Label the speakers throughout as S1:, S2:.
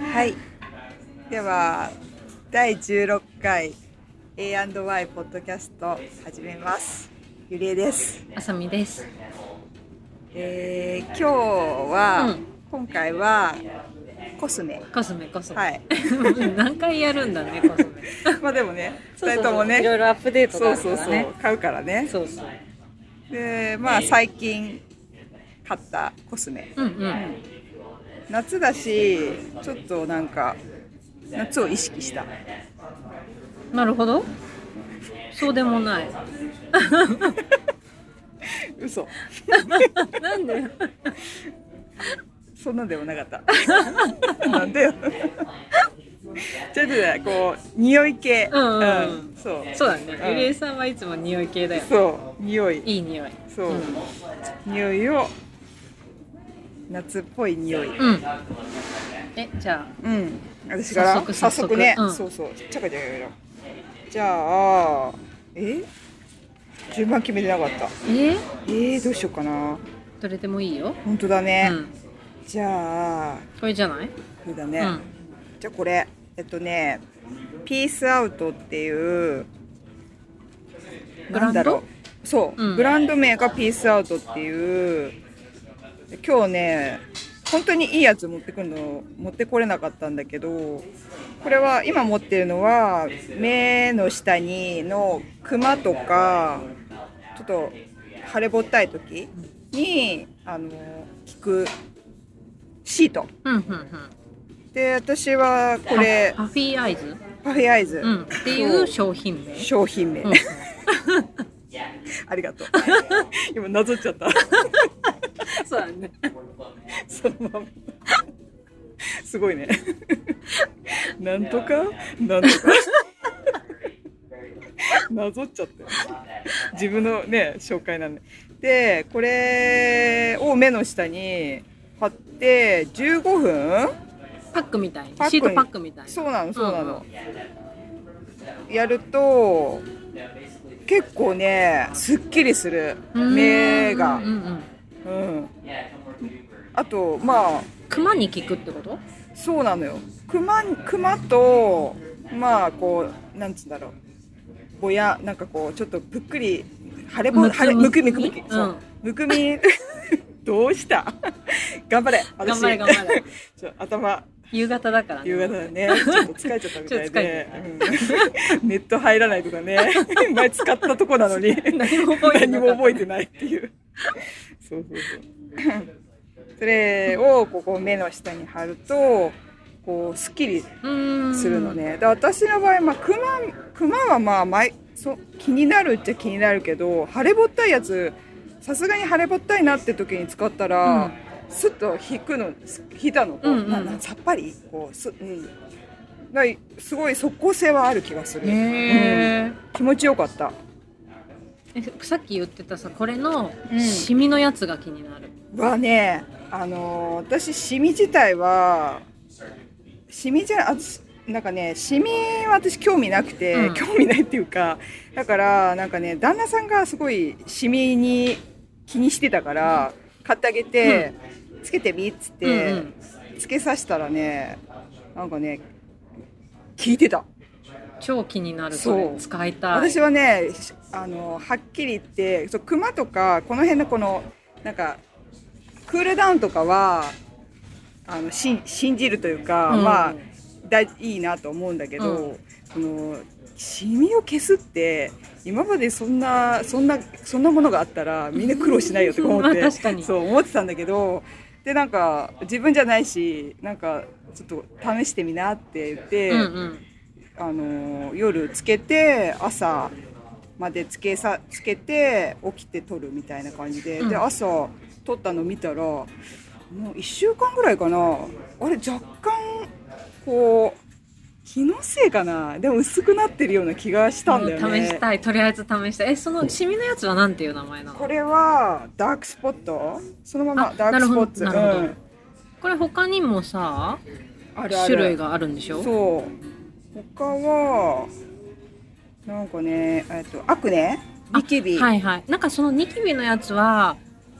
S1: はい。では第16回 A&Y ポッドキャスト始めます。ゆりえです。
S2: あさみです。
S1: えー、今日は、
S2: うん
S1: 今回はコスメ。
S2: コスメコスメ。
S1: はい。
S2: 何回やるんだねコスメ。
S1: まあでもね、
S2: そ
S1: 二
S2: うそう
S1: 人
S2: そ
S1: と
S2: う
S1: もね、
S2: いろいろアップデートが
S1: そう
S2: あるか
S1: そうそ
S2: ら
S1: う
S2: ね。
S1: 買うからね。
S2: そうそう。
S1: で、まあ最近買ったコスメ。
S2: うんうん。
S1: 夏だし、ちょっとなんか夏を意識した。
S2: なるほど。そうでもない。
S1: 嘘。
S2: なんで？
S1: そんなんでもなかった。 なんでよ。ちょっとね、こう、匂い系。
S2: うんうんうん
S1: そう。
S2: そうだね。
S1: うん
S2: ゆりえさんはいつも匂い系だよ。
S1: そう、匂い。
S2: いい匂い。
S1: そう、
S2: ん
S1: 匂いを。夏っぽい匂い。
S2: うん。えじゃあ
S1: うん。私から。
S2: 早速早速
S1: ね、
S2: うん
S1: そうそう。ちゃかちゃかやろうじゃあ。え。順番決めてなかった。
S2: え
S1: えー、どうしようかな。
S2: どれでもいいよ。
S1: 本当だ
S2: う
S1: ね。
S2: ん。
S1: じゃあ。
S2: これじゃない？
S1: これだ
S2: う
S1: ね。
S2: ん。
S1: じゃあこれえっとねピースアウトっていうな
S2: ブランド
S1: んだろうそう、
S2: うん
S1: ブランド名がピースアウトっていう今日ね本当にいいやつ持ってくるの持ってこれなかったんだけどこれは今持ってるのは目の下にのクマとかちょっと腫れぼったい時にあの効くシート
S2: うんうんうん。
S1: で私はこれ
S2: パパフィーアイズ？
S1: パフェアイズ、
S2: うん。っていう商品名。
S1: 商品名、
S2: うん
S1: ありがとう 今なぞっちゃった
S2: そうだね。
S1: そのまますごいね なんとかなんとか なぞっちゃったよ自分のね紹介なんででこれを目の下に貼って15分
S2: パックみたいに
S1: パックに
S2: シートパックみたいに。
S1: そうなのそうなの、やると結構ねすっきりする
S2: うん
S1: 目が
S2: うんう
S1: う
S2: ん。
S1: んあとまあ
S2: 熊に効くってこと？
S1: そうなのよ熊熊とまあこうなんつうんだろうぼやなんかこうちょっとぷっくり腫れぼ
S2: むく
S1: 腫れむくみ
S2: む
S1: む
S2: くみ
S1: くみ
S2: うん
S1: そうむくみ どうした 頑張れ
S2: 頑
S1: 私
S2: 張れ頑張れ。
S1: ちょ頭
S2: 夕方だからね。
S1: 夕方だね、ちょっと疲れちゃったみたいで、うんネット入らないとかね、 前使ったとこなのに、
S2: 何も覚えて
S1: 何
S2: な
S1: も
S2: かっ
S1: 覚えてないっていう。そうそうそう。それをここ目の下に貼ると、こう、すっきり
S2: た。うーん
S1: するの。ね。で私の場合、まあ、熊、熊はまあ、毎そ気になるっちゃ気になるけど、腫れぼったいやつ、さすがに腫れぼったいなって時に使ったら、すっと引くのす引いたのこう、
S2: うんうん
S1: ななさっぱりこうす、うん、だいすごい即効性はある気がする、
S2: へー
S1: 気持ちよかった
S2: え。さっき言ってたさ、これの
S1: うん
S2: シミのやつが気になる。
S1: はねあのー私シミ自体はシミじゃあ私なんかねシミは私興味なくて、
S2: うん
S1: 興味ないっていうかだからなんかね旦那さんがすごいシミに気にしてたから買ってあげて、つけてみっつって、
S2: うん
S1: つけさせたらねなんかね聞いてた
S2: 超気になる。
S1: そう
S2: これ使いたい。
S1: 私はねしあのはっきり言ってそうクマとかこの辺のこのなんかクールダウンとかはあのしん信じるというか、
S2: うん
S1: まあだいいなと思うんだけど、
S2: う
S1: このシミを消すって今までそんなそんなそんなものがあったらみんな苦労しないよとか思って
S2: まあ確かに
S1: そう思ってたんだけどでなんか自分じゃないしなんかちょっと試してみなって言って。
S2: うんうん。
S1: あのー夜つけて朝までつけさつけて起きて撮るみたいな感じで、
S2: うん
S1: で朝撮ったの見たらもう1週間ぐらいかなあれ若干こう気のせいかなでも薄くなってるような気がしたんだよ
S2: もう試し
S1: ね。
S2: たい。とりあえず試したい。え、そのシミのやつはなんていう名前なの？
S1: これはダークスポットそのまま
S2: あ
S1: ダークスポット
S2: なるほど
S1: う
S2: なる
S1: ん
S2: これ他にもさ、
S1: あるある
S2: 種類があるんでしょ？
S1: そう他はなんかねえっとアクネニキビ、
S2: はいはい。なんかそのニキビのやつは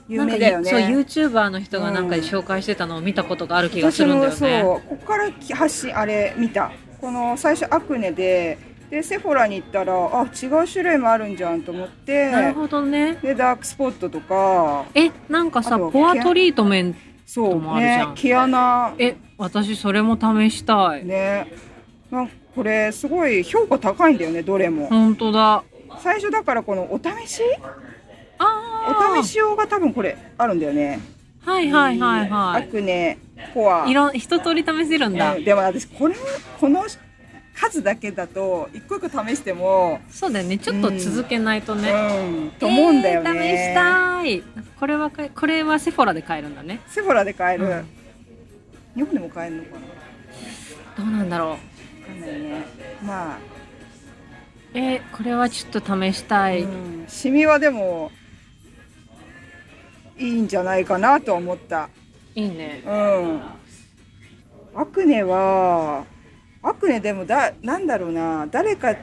S1: 有名だよね
S2: なんかそう YouTuber の人がなんか
S1: うん
S2: 紹介してたのを見たことがある気がす
S1: 私
S2: るんだ
S1: も
S2: よ
S1: そう、
S2: ね。
S1: ここからき発信あれ見たこの最初アクネででセフォラに行ったらあ違う種類もあるんじゃんと思って
S2: なるほどね。
S1: でダークスポットとか
S2: え、なんかさ、
S1: あと
S2: ポアトリートメント、
S1: そ
S2: とも
S1: う
S2: あるじゃ
S1: ね
S2: ん
S1: 毛穴
S2: え、私それも試したい。
S1: ねなんかこれすごい評価高いんだよねどれも、
S2: ほんとだ。
S1: 最初だからこのお試し
S2: あー
S1: お試し用が多分これあるんだよね
S2: はいはいはいは
S1: アクネコア
S2: い。いろん、一通り試せるんだ
S1: う。んでも私これこの数だけだと一個一個試しても
S2: そうだよね。ちょっと続けないとね。
S1: うん、と思うんだよね
S2: え。ー試したい。これはかい、これはセフォラで買えるんだね。
S1: セフォラで買える、
S2: うん
S1: 日本でも買えるのかな。
S2: どうなんだろう。
S1: わかんないね。まあ、
S2: えーこれはちょっと試したい。
S1: うんシミはでもいいんじゃないかなとは思った。
S2: いいね。
S1: うん。アクネはアクネでもだなんだろうな誰か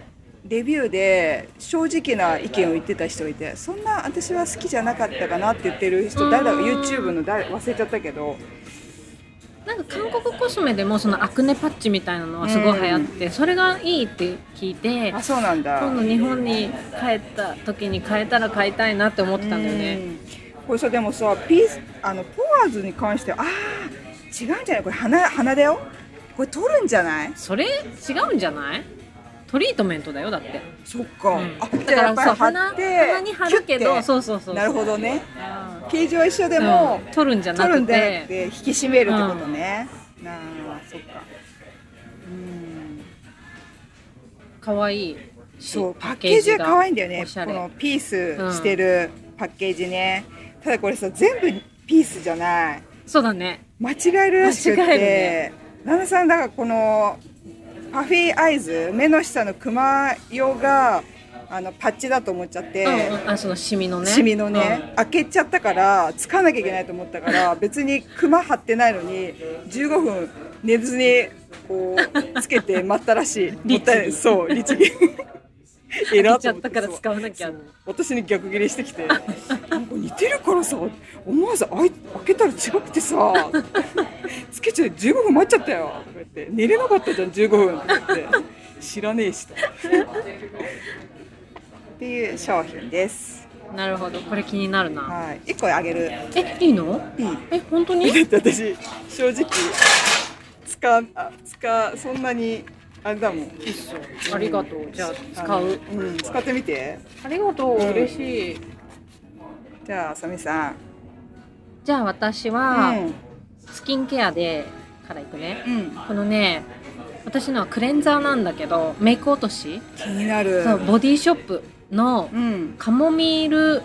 S1: レビューで正直な意見を言ってた人がいてそんな私は好きじゃなかったかなって言ってる人誰だろう
S2: うん
S1: YouTube の誰忘れちゃったけど
S2: なんか韓国コスメでもそのアクネパッチみたいなのはすごい流行って、それがいいって聞いて
S1: あそうなんだ
S2: 今度日本に帰った時に変えたら買いたいなって思ってたんだよね
S1: うんこれさでもさピースあのポワーズに関してはああ違うんじゃないこれ鼻鼻だよこれ取るんじゃない
S2: それ違うんじゃないトリートメントだよだって、
S1: そっか、
S2: うん
S1: あ
S2: だ
S1: じゃ
S2: か
S1: あやっ
S2: ら
S1: ぱり
S2: そう
S1: 貼
S2: 鼻
S1: って
S2: 鼻に貼るけ
S1: キュッ
S2: ど
S1: て
S2: そうそうそう
S1: なるほどね
S2: あ
S1: 形状は一緒
S2: ー
S1: でも、
S2: うん取るんじゃな
S1: 取るん
S2: く
S1: で
S2: て
S1: って引き締めるってことね、なあそっかうん
S2: 可愛いい
S1: そうパッケージは可愛いんだよね
S2: おしゃ
S1: こ
S2: れ
S1: のピースしてるパッケージね、ただこれさ全部ピースじゃない
S2: そうだね
S1: 間違えるらしくて、
S2: 間違え
S1: 旦那さんだからこのパフィーアイズ目の下のクマ用があのパッチだと思っちゃって、
S2: うんうんあそのシミのね
S1: シミのね、開けちゃったからつかなきゃいけないと思ったから別にクマ張ってないのに15分寝ずにこうつけて待ったら しいもったいないそう律儀え
S2: うん、
S1: ら
S2: 開
S1: っと思
S2: けちゃっ
S1: って
S2: たから
S1: そう
S2: 使わなきゃ
S1: 私に逆ギレしてき てなんか似てるからさ思わずあい開けたら違くてさ つけちゃって15分待っちゃったよとか言って寝れなかったじゃん15分とか言って知らねえしとっていう商品です
S2: なるほどこれ気になるな
S1: はい1個あげる
S2: えいいの
S1: いい
S2: え本当に
S1: だって私正直つかあつかそんなにあれだもん
S2: ありがとうじゃあ使う
S1: あのうん、使ってみて
S2: ありがと
S1: う
S2: う
S1: ん
S2: 嬉しい
S1: じゃああさみさん
S2: じゃあ私はスキンケアでからいくね
S1: うんうん、
S2: このね私のはクレンザーなんだけどメイク落とし
S1: 気になる
S2: そうボディショップの
S1: うん
S2: カモミール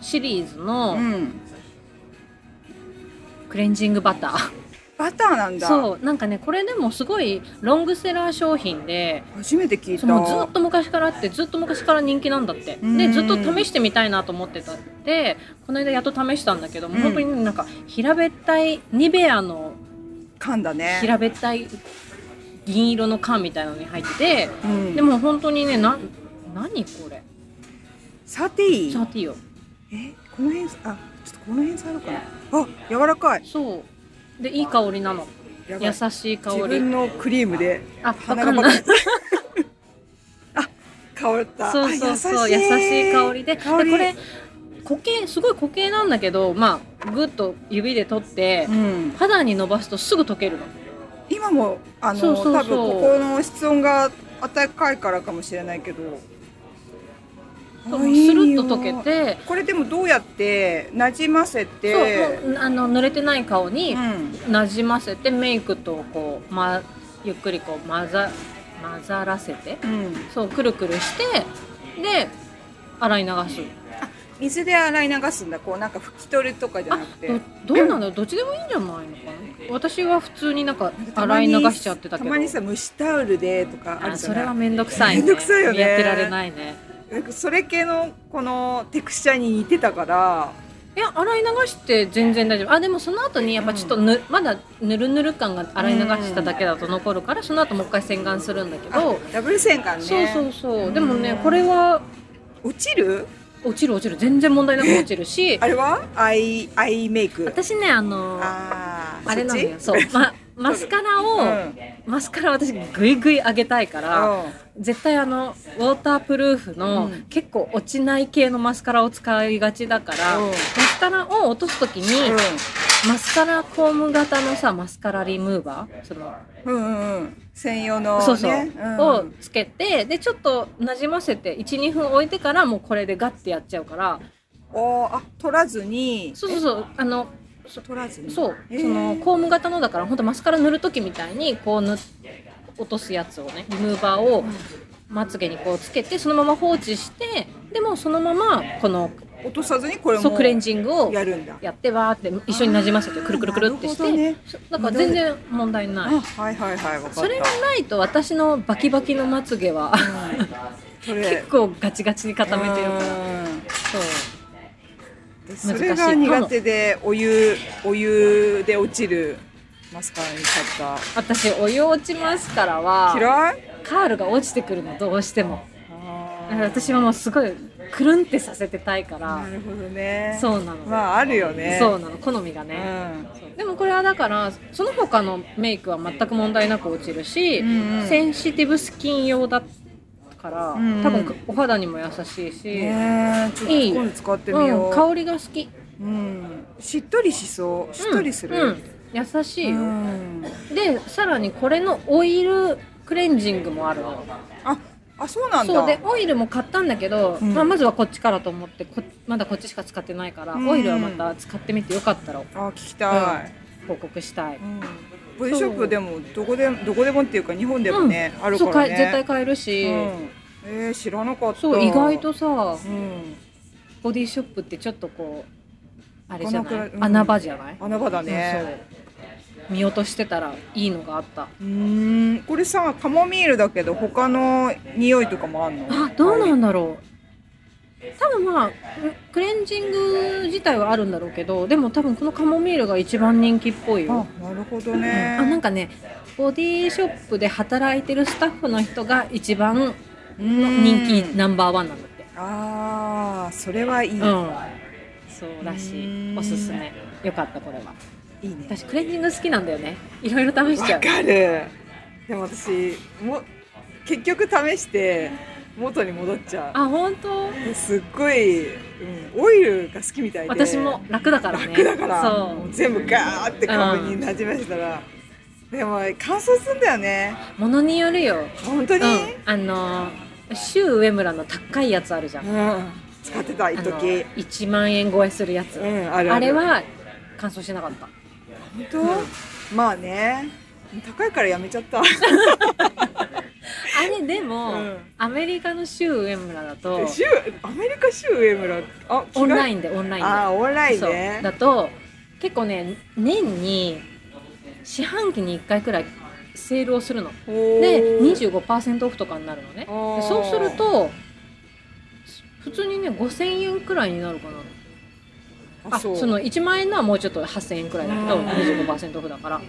S2: シリーズ
S1: う
S2: の
S1: ん
S2: クレンジングバター
S1: バターなんだ
S2: そうなんかねこれでもすごいロングセラー商品で
S1: 初めて聞い
S2: そ
S1: た
S2: のずっと昔からあってずっと昔から人気なんだって
S1: うん
S2: でずっと試してみたいなと思ってたでこの間やっと試したんだけども、
S1: うん
S2: 本当になんか平べったいニベアの
S1: 噛んだね
S2: 平べったい銀色の缶みたいなのに入って
S1: うん、
S2: てでも本当にねな何これ
S1: サティ
S2: サーティーよ
S1: えこの辺あちょっとこの辺触るかなあ柔らかい
S2: そうでいい香りなの
S1: やばい
S2: 優しい香
S1: 自分
S2: り
S1: のクリームで
S2: あわ
S1: 鼻が
S2: かん
S1: バ
S2: な
S1: カ
S2: い
S1: あ香った
S2: そうそうそう優しい香りででこ
S1: 香り
S2: れ固形すごい固形なんだけどまあグッと指で取って、
S1: うん
S2: 肌に伸ばすとすぐ溶けるの
S1: 今もあの
S2: そうそうそう
S1: 多分ここの室温が暖かいからかもしれないけど
S2: スル
S1: あいい
S2: ッ
S1: よ
S2: と溶けて
S1: これでもどうやってなじませて
S2: そうもうあの濡れてない顔に
S1: うん
S2: なじませてメイクとこう、ま、ゆっくりこう混ざ混ざらせて
S1: うん
S2: そうくるくるしてで洗い流す
S1: 水で洗い流すんだこうなんか拭き取るとかじゃ
S2: あ
S1: なくて
S2: どどうなのどっちでもいいんじゃないのかな私は普通になんか
S1: たま
S2: 洗い
S1: に
S2: 流しちゃってたけど
S1: たまにさ蒸しタオルでとかある
S2: あ
S1: じゃ
S2: そ
S1: ない
S2: れはめんどくさい
S1: め
S2: ね
S1: んどくさいよね
S2: やってられないね
S1: なんかそれ系のこのテクスチャーに似てたから
S2: いや洗い流して全然大丈夫あでもその後にやっぱちょっとぬ、まだぬるぬる感が洗い流しただけだと残るから、その後もう一回洗顔するんだけ
S1: あ
S2: ど、
S1: ダブル洗顔ね
S2: そうそうそうでも
S1: う
S2: ね
S1: ん
S2: これは
S1: 落ちる
S2: 落ちる落ちる全然問題なく落ちるし
S1: あれはアイアイメイク
S2: 私ねあの
S1: あー
S2: あれなんだよ
S1: そ
S2: そ
S1: っ
S2: う
S1: ち、
S2: ま、マスカラ
S1: う
S2: を、
S1: ん
S2: マスカラ私グイグイ上げたいから、絶対あのウォータープルーフの、
S1: うん
S2: 結構落ちない系のマスカラを使いがちだから、
S1: うん
S2: マスカラを落とす時に、マスカラコーム型のさマスカラリムーバーその
S1: うんうんうんうん専用のね
S2: そうそう、
S1: ん
S2: をつけてでちょっとなじませて12分置いてからもうこれでガッてやっちゃうから
S1: おーあ取らずに
S2: そうそうそうあの
S1: そう取らずに
S2: そう、
S1: えー
S2: そのコーム型のだから本当マスカラ塗る時みたいにこう塗っ落とすやつをねリムーバーをまつげにこうつけてそのまま放置してでもそのままこの
S1: 落とさずにこれ
S2: そう
S1: も
S2: クレンジングを
S1: やるんだ
S2: やってわーって一緒になじませてくるくるくるってし
S1: なるほどね
S2: てそうだから全然問題ない
S1: あはいはいはい分かった
S2: それがないと私のバキバキのまつげは
S1: それ
S2: 結構ガチガチに固めてる
S1: うん
S2: からそう
S1: で
S2: しい
S1: それが苦手でお湯お湯で落ちるマスカラに買っ
S2: 私お湯落ちますからは
S1: た嫌い
S2: カールが落ちてくるのどうしても
S1: あ
S2: だから
S1: ー
S2: 私はもうすごいくるんってさせてたいから
S1: なるほどね
S2: そうなの、
S1: まああるよね
S2: そうなの好みが
S1: う
S2: ね、
S1: ん
S2: そうでもこれはだからその他のメイクは全く問題なく落ちるし、
S1: うんうん
S2: センシティブスキン用だから、
S1: うんうん
S2: 多分お肌にも優しいし、
S1: ねえちょっと
S2: いい
S1: 今度使ってみ
S2: う
S1: よう
S2: ん、香りが好き
S1: うんしっとりしそうしっとりす
S2: う
S1: る
S2: ん優しいよ、
S1: うん
S2: でさらにこれのオイルクレンジングもあるの
S1: ああそうなんだ
S2: そうでオイルも買ったんだけど、
S1: うん
S2: まあ、まずはこっちからと思ってこまだこっちしか使ってないから、
S1: うん
S2: オイルはまた使ってみてよかったら
S1: あ聞きたい
S2: 報告したい、
S1: うんボディショップでもどこでどこでもっていうか日本でもねあるか
S2: そう
S1: ら
S2: か
S1: ね
S2: 絶対買えるし、
S1: うんえー知らなかった
S2: そう意外とさ
S1: うん
S2: ボディショップってちょっとこうあれじゃ
S1: なか
S2: な
S1: ないかうん
S2: 穴場じゃない、
S1: 穴場だね
S2: そうそう見落としてたらいいのがあった
S1: うーんこれさカモミールだけど他の匂いとかもあんの
S2: あどうな
S1: の
S2: んだろう多分まあククレンジング自体はあるんだろうけどでも多分このカモミールが一番人気っぽいよ、
S1: あなるほど
S2: うん
S1: ね
S2: あなんかねボディショップで働いてるスタッフの人が一番
S1: うん
S2: 人気ナンバーワンなんだって
S1: ああそれはいい
S2: うん、そうらし
S1: う
S2: い
S1: ん
S2: おすすめよかったこれはい
S1: いね
S2: 私クレンジング好きなんだよねいろいろ試しちゃ
S1: わ
S2: う
S1: かるでも私も結局試して元に戻っちゃ
S2: あ本当
S1: うすっごい、うん、オイルが好きみたいで
S2: 私も楽だからね
S1: 楽だから
S2: そ
S1: も
S2: う
S1: う全部ガーって株になじませたら、でも乾燥するんだよね
S2: ものによるよ
S1: 本当
S2: うん
S1: に、
S2: あのシュウ上村の高いやつあるじゃんあ
S1: うん、使ってた一
S2: の
S1: 時
S2: 1万円超えするやつ、
S1: うんある
S2: あ
S1: ある
S2: れは乾燥しなかった
S1: 本当、まあね高いからやめちゃった
S2: あれでも、
S1: うん
S2: アメリカのシュウ上村だと
S1: 州アメリカ州上村あ
S2: オンラ
S1: ン
S2: インでオンラインで
S1: あーオンライン
S2: そう
S1: ね
S2: だと結構ね年に四半期に1回くらいセールをするので25%オフとかになるのねで
S1: おー
S2: そうすると普通にね5000円くらいになるかなあその1万円のはもうちょっと8000円くらいだけど
S1: うん
S2: 25%オフだから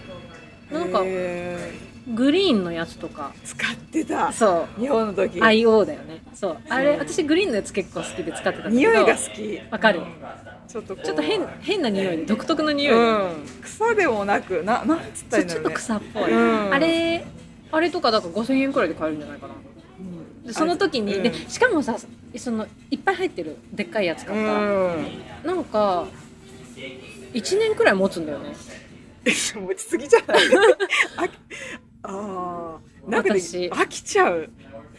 S2: なんか
S1: へ
S2: グリーンのやつとか
S1: ー使ってた
S2: そう
S1: 日本の時
S2: IO だよねそうあれ
S1: そう
S2: 私グリーンのやつ結構好きで使ってたんだけ
S1: 匂
S2: ど
S1: いが好き
S2: わかる
S1: ちょっとこう
S2: ちょっと変変な匂いで独特の匂い
S1: う
S2: で、
S1: ん草でもなくななんつったらい
S2: そう
S1: いん
S2: ち
S1: だろう
S2: ょっと
S1: ね
S2: 草っぽい、
S1: うん
S2: あれあれとかだから5000円くらいで買えるんじゃないかな
S1: うん
S2: でその時に、
S1: うん
S2: でしかもさそのいっぱい入ってるでっかいやつ買ったら、
S1: う
S2: なんか1年くらい持つんだよね
S1: ん持ちすぎじゃないああーなんかね
S2: 私
S1: 飽きちゃう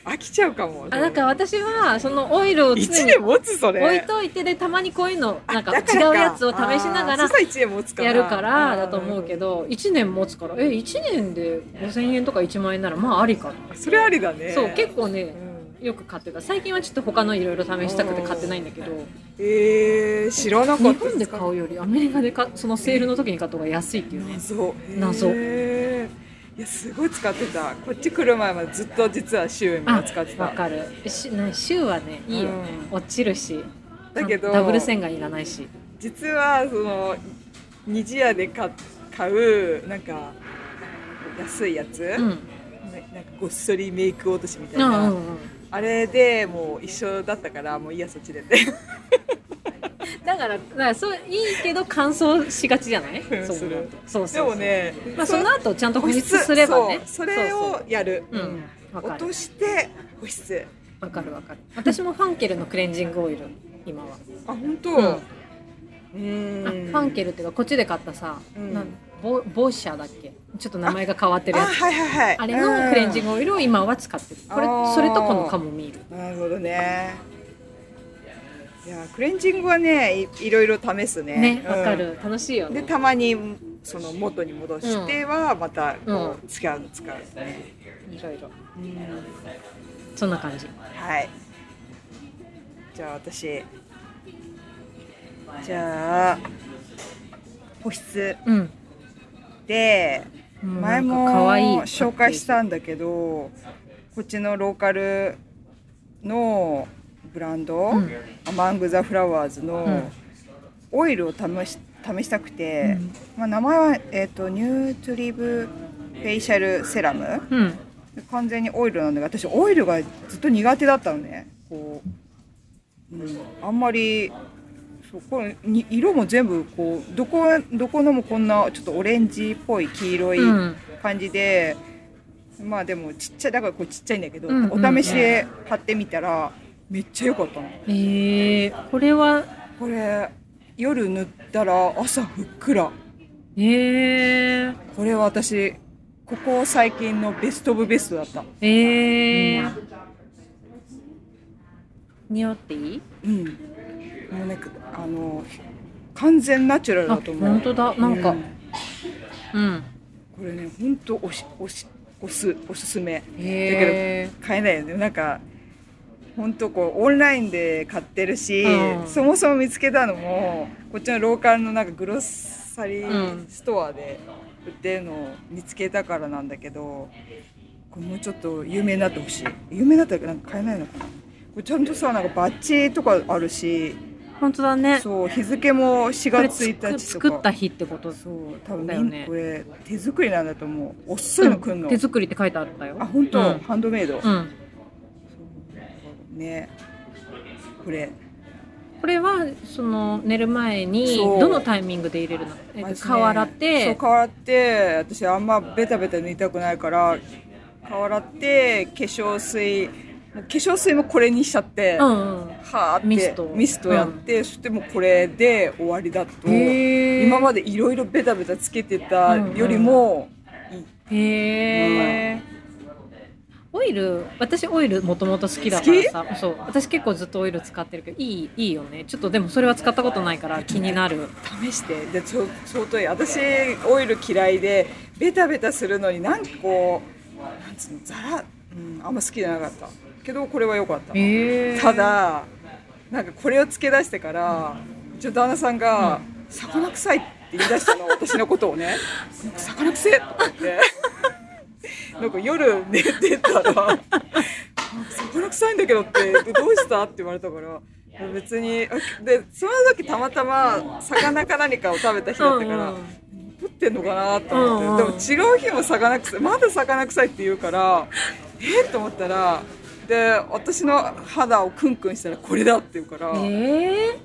S1: 飽きちゃうかも
S2: あだから私はそのオイルを
S1: 1
S2: 常に
S1: 年持つそれ
S2: 置いといてでたまにこういうのなんか
S1: だら
S2: 違うやつを試しなが
S1: あー
S2: ら
S1: そしたら1年持つかな
S2: やるからだと思うけど1年持つからえ1年で5000円とか1万円ならまあありかな、
S1: うんそれありだね
S2: そう結構ね
S1: うん
S2: よく買ってた最近はちょっと他のいろいろ試したくて買ってないんだけど
S1: えー、知らなかった
S2: 日本で買うよりアメリカでかそのセールの時に買った方が安いっていうね
S1: 謎
S2: 謎
S1: へーいやすごい使ってたこっち来る前までずっと実はシュウエム
S2: あ
S1: が使って
S2: わ
S1: た
S2: かるしなシューはねいいよね、
S1: う
S2: 落ちるし
S1: だけど
S2: ダブル線がいらないし
S1: 実はその二次屋で買買うなんか安いやつ
S2: うん
S3: ねなんかごっそりメイク落としみたい
S2: うんう
S3: な、
S2: んうん
S3: あれでもう一緒だったからもういいやそっちでって
S2: だからだからそういいけど乾燥しがちじゃない
S3: ん
S2: そう
S3: する
S2: そうそうそう
S3: でもね
S2: まあ、その後ちゃんと保
S3: 保
S2: 湿
S3: 湿
S2: すればね
S3: そうそれ
S2: そ
S3: を
S2: う
S3: やる
S2: そううんわか
S3: 落
S2: る
S3: として保湿
S2: わかるわかる私もファンケルのクレンジングオイル今は、
S3: あ本当
S2: うんあ
S3: うん
S2: ファンケルっていうかこっちで買ったさ、
S3: うん
S2: なんボボッシャーだっけちょっと名前が変わってる
S3: あ
S2: やつ
S3: はいはいはい
S2: あれのクレンジン
S3: グ、
S2: グオイルを今は使ってるこれ
S3: あー
S2: それとこのカモミール
S3: うんなるほどね
S1: いやクレンジングはねいいろいろ試すね
S2: ね
S1: うん
S2: わかる、楽しいよ
S1: で
S2: ね
S1: たまにその元に戻してはまたこう使うの使う、
S2: いろいろ
S3: うん
S2: そんな感じ
S1: はいじゃあ私じゃあ保湿
S2: うん
S1: で
S2: もうな
S1: 前
S2: んか
S1: も
S2: 可愛い
S1: 紹介したんだけどこっちのローカルのブランド、
S2: うん
S1: アマング・ザ・フラワーズ
S2: うん
S1: のオイルを試し試したく
S2: う
S1: て、
S2: ん
S1: まあ、名前は、えー、とニュートリブフェイシャルセラム
S2: うん
S1: 完全にオイルなんだけど私オイルがずっと苦手だったのねこう、うん、あんまりそうこれに色も全部こうどこどこのもこんなちょっとオレンジっぽい黄色い
S2: うん
S1: 感じで、まあでもちっちゃいだからこうちっちゃいんだけど、
S2: うんうん
S1: お試しで買ってみたらめっちゃ良かったの
S2: えー、これは
S1: これ夜塗ったら朝ふっくら
S2: えー、
S1: これは私ここ最近のベストオブベストだった
S2: ええー。匂っていい？
S1: うん。もうね、あの完全ナチュラル
S2: あ、
S1: だと思う。
S2: 本当だ。なんか
S1: う、
S2: うん。
S1: これね、本当おしおしおすおすすめ。
S2: へえ。
S1: 買えないよね。なんか本当こうオンラインで買ってるし、
S2: うん
S1: そもそも見つけたのもこっちのローカルのなんかグロッサリ
S2: うん
S1: ーストアで売ってるのを見つけたからなんだけど。これもうちょっと有名になってほしい有名になったらなんか買えないのかなこれちゃんとさなんかバッジとかあるし
S2: 本当だね。
S1: そう日付も4
S2: これ
S1: 月1
S2: つ
S1: 日と
S2: く
S1: か
S2: 作った日ってこと。そう
S1: 多分
S2: だ
S1: み
S2: よ
S1: ん、
S2: ね
S1: こ。れ手作りなんだと思う遅いのくんの、
S2: 手作りって書いてあったよ。
S1: あ本当、
S2: うん
S1: ハンドメイド、
S2: うん。
S1: ねこれ
S2: これはその寝る前に
S1: そう
S2: どのタイミングで入れるの？えっ
S1: マジ
S2: と
S1: ね
S2: 瓦っ
S1: そう
S2: て。
S1: 瓦って私あんまベタベタ塗いたくないから瓦って化粧水もう化粧水もこれにしちゃって、
S2: う
S1: は
S2: んうん。
S1: あって
S2: ミスト
S1: やって、そしてもうこれで終わりだと
S2: へー
S1: 今までいろいろベタベタつけてたよりもいい、
S2: へえ。オイル、私オイルもともと好きだからさ、そう、私結構ずっとオイル使ってるけど、いい、いいよね。ちょっとでもそれは使ったことないから気になる。
S1: 試してでちょ相当いい私オイル嫌いでベタベタするのになんかこうなんつうのザラ、うん、あんま好きじゃなかったけどこれは良かった、
S2: へ
S1: た、だなんかこれをつけ出してからちょ旦那さんが「魚臭い」って言い出 したの私のことをね「なんか魚臭い」とか言ってなんか夜寝てたら「なんか魚臭いんだけど」って「どうした?」って言われたから。別にあでその時たまたま魚か何かを食べた日だったから、
S2: うんうん
S1: 食ってんのかなと思って、
S2: うんうん
S1: でも違う日も魚臭いまだ魚臭いって言う からえっ、と思ったらで私の肌をクンクンしたらこれだって言うから、
S2: ええ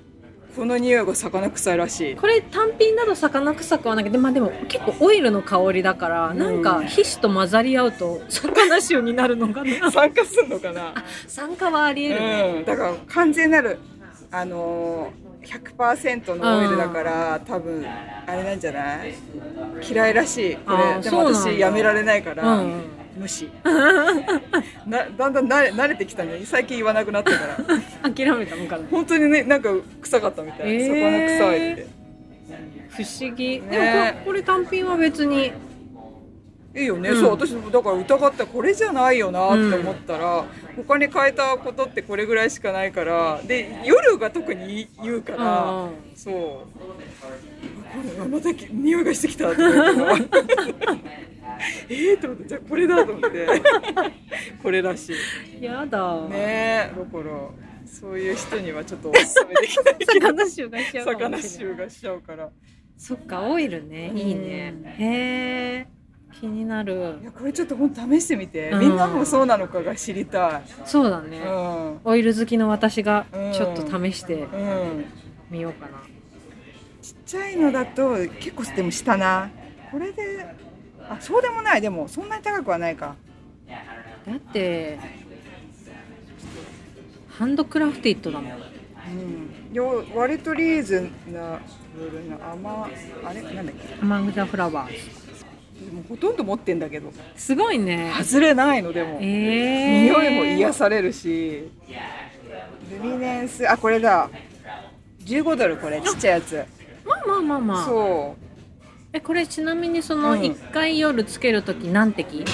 S1: この匂いが魚臭いらしい。
S2: これ単品だと魚臭くはないけど、まあでも結構オイルの香りだから、なんか皮脂と混ざり合うと魚臭になるのかな
S1: 酸化すんのかな、
S2: 酸化はあり得るね。
S1: うん、だから完全なるあのー100%のオイルだから多分あれなんじゃない嫌いらしいこ
S2: あ
S1: れ
S2: ー
S1: でも
S2: そうなん
S1: 私
S2: だ
S1: やめられないか
S2: う
S1: ら、
S2: ん。
S1: 無視 なだんだん慣れ慣れてきたね最近言わなくなったから
S2: 諦めたのかな。
S1: 本当にねなんか臭かったみたい、
S2: えー
S1: 魚臭いっ
S2: 不思議。
S1: ね
S2: でもこれこれ単品は別に。
S1: ていいよね、
S2: うん
S1: そう私だから疑ったこれじゃないよなって思ったら、他に変えたことってこれぐらいしかないからで夜が特に言うか
S2: う
S1: ら、
S2: んうん
S1: そうあまたき匂いがしてきたとか言ってたら えーと思ってじゃあこれだと思って これらしい
S2: やだ。
S1: ねえだからそういう人にはちょっとおすすめできない
S2: 魚臭がしちゃうかもしれ
S1: 魚
S2: な
S1: 臭
S2: い
S1: がしちゃうから
S2: そっかオイルねいいねへえ気になる
S1: いやこれちょっと本当試してみて、
S2: うん
S1: みんなもそうなのかが知りたい
S2: そうだね、
S1: うんうん
S2: オイル好きの私が
S1: うん
S2: ちょっと試してみようかな、
S1: ちっちゃいのだと結構でもしたなこれであそうでもないでもそんなに高くはないか
S2: だってハンドクラフティットだもん
S1: うんよ割とリーズナブルな甘あれなんだっけ
S2: アマングザフラワー
S1: でもほとんど持ってんだけど
S2: すごいね
S1: 外れないのでも、
S2: えー、
S1: 匂いも癒されるしルミネンスあこれだ15ドルこれちっちゃいやつ
S2: まあまあまあまあ
S1: そう
S2: えこれちなみにその
S1: うん
S2: 1回夜つけるとき何滴、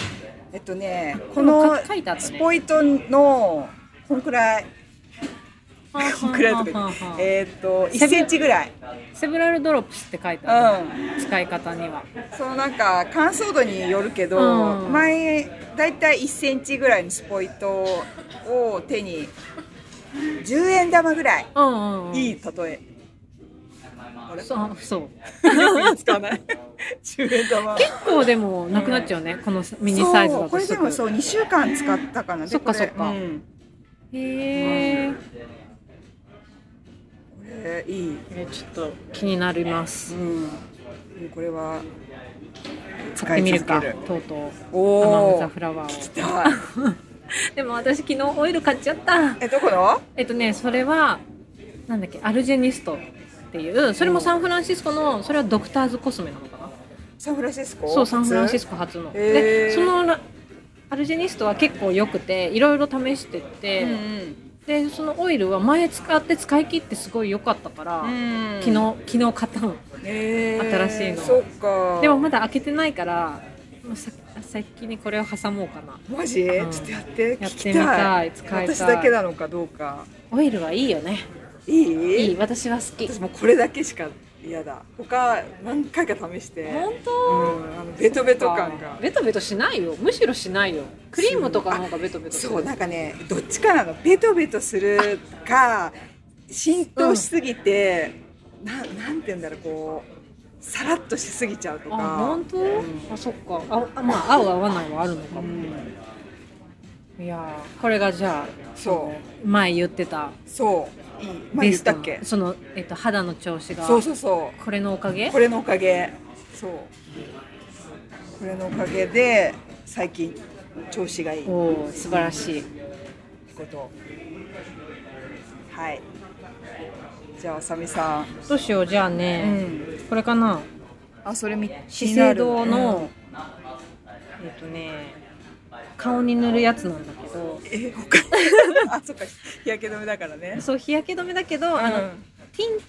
S1: えっとねこの
S2: 書いてあったね
S1: スポイトのこんくらい
S2: はあはあはあはあ
S1: こんくらいとか言ってえーっと1センチぐらい
S2: セブラルドロップスって書いて
S1: う
S2: ある、
S1: ん
S2: 使い方には
S1: そのなんか乾燥度によるけど、
S2: うん
S1: 前だいたい1センチぐらいのスポイトを手に10円玉ぐらい
S2: うんうん、うん、
S1: い
S2: い
S1: い例えあれ
S2: そう そう
S1: よく言いつかない10円玉
S2: 結構でもなくなっちゃう ね、このミニサイズ
S1: そ
S2: だ
S1: うことれ
S2: す
S1: で
S2: ぐ
S1: もそう2週間使ったかなで
S2: そっか
S1: これ
S2: そっか
S1: うん
S2: へー
S1: これいい
S2: えちょっと気になります
S1: うん、これは
S2: 買
S1: 使
S2: って
S1: い
S2: みる
S1: 続け
S2: か
S1: る
S2: とうとうアマン
S1: お
S2: グザ
S1: お
S2: フラワーをでも私昨日オイル買っちゃった
S1: えどこの
S2: えっとねそれはなんだっけアルジェニストっていうそれもサンフランシスコのそれはドクターズコスメなのかな
S1: サンフランシスコ
S2: そうサンフランシス
S1: コ
S2: コ初
S1: へ
S2: の、
S1: ー
S2: でそのラアルジェニストは結構良くていろいろ試してて、でそのオイルは前使って使い切ってすごい良かったから、昨日昨日買ったの新しいの
S1: そっか
S2: でもまだ開けてないからもうさ先にこれを挟もうかな
S1: マジ、
S2: うん
S1: ちょっとやって聞
S2: やっ
S1: き
S2: て
S1: たい
S2: みたい使いたい
S1: 私だけなのかどうか
S2: オイルはいいよね
S1: いい
S2: いい私は好き
S1: 私もうこれだけしか嫌だ他何回か試して
S2: 本
S1: う
S2: 当
S1: んあのベトベト感が
S2: ベトベトしないよむしろしないよクリームとかの方がベトベトする
S1: そうなんかねどっちかなのベトベトするか浸透しすぎて、ななんて言うんだろうこうさらっとしすぎちゃうと
S2: あ
S1: か
S2: 本当、
S1: うん
S2: あそっかああまあ合う合わないはあるのかも、
S1: うん
S2: いやーこれがじゃあ
S1: そ
S2: 前言ってた
S1: うそういい前
S2: ベ
S1: 言っ
S2: ス
S1: た
S2: ト
S1: っ
S2: の
S1: け
S2: その、えっと、肌の調子が
S1: そうそうそ
S2: これのおかげ
S1: うこれのおかげそうこれのおかげで最近調子がいいこ
S2: おお素晴らしい
S1: とはいじゃああさみさん、
S2: どうしようじゃあね、これかな
S1: あそれみ
S2: 資生堂の、えっとね顔に塗るやつなんだけど
S1: え他 あそっか日焼け止めだからね
S2: そう日焼け止めだけど、あのティン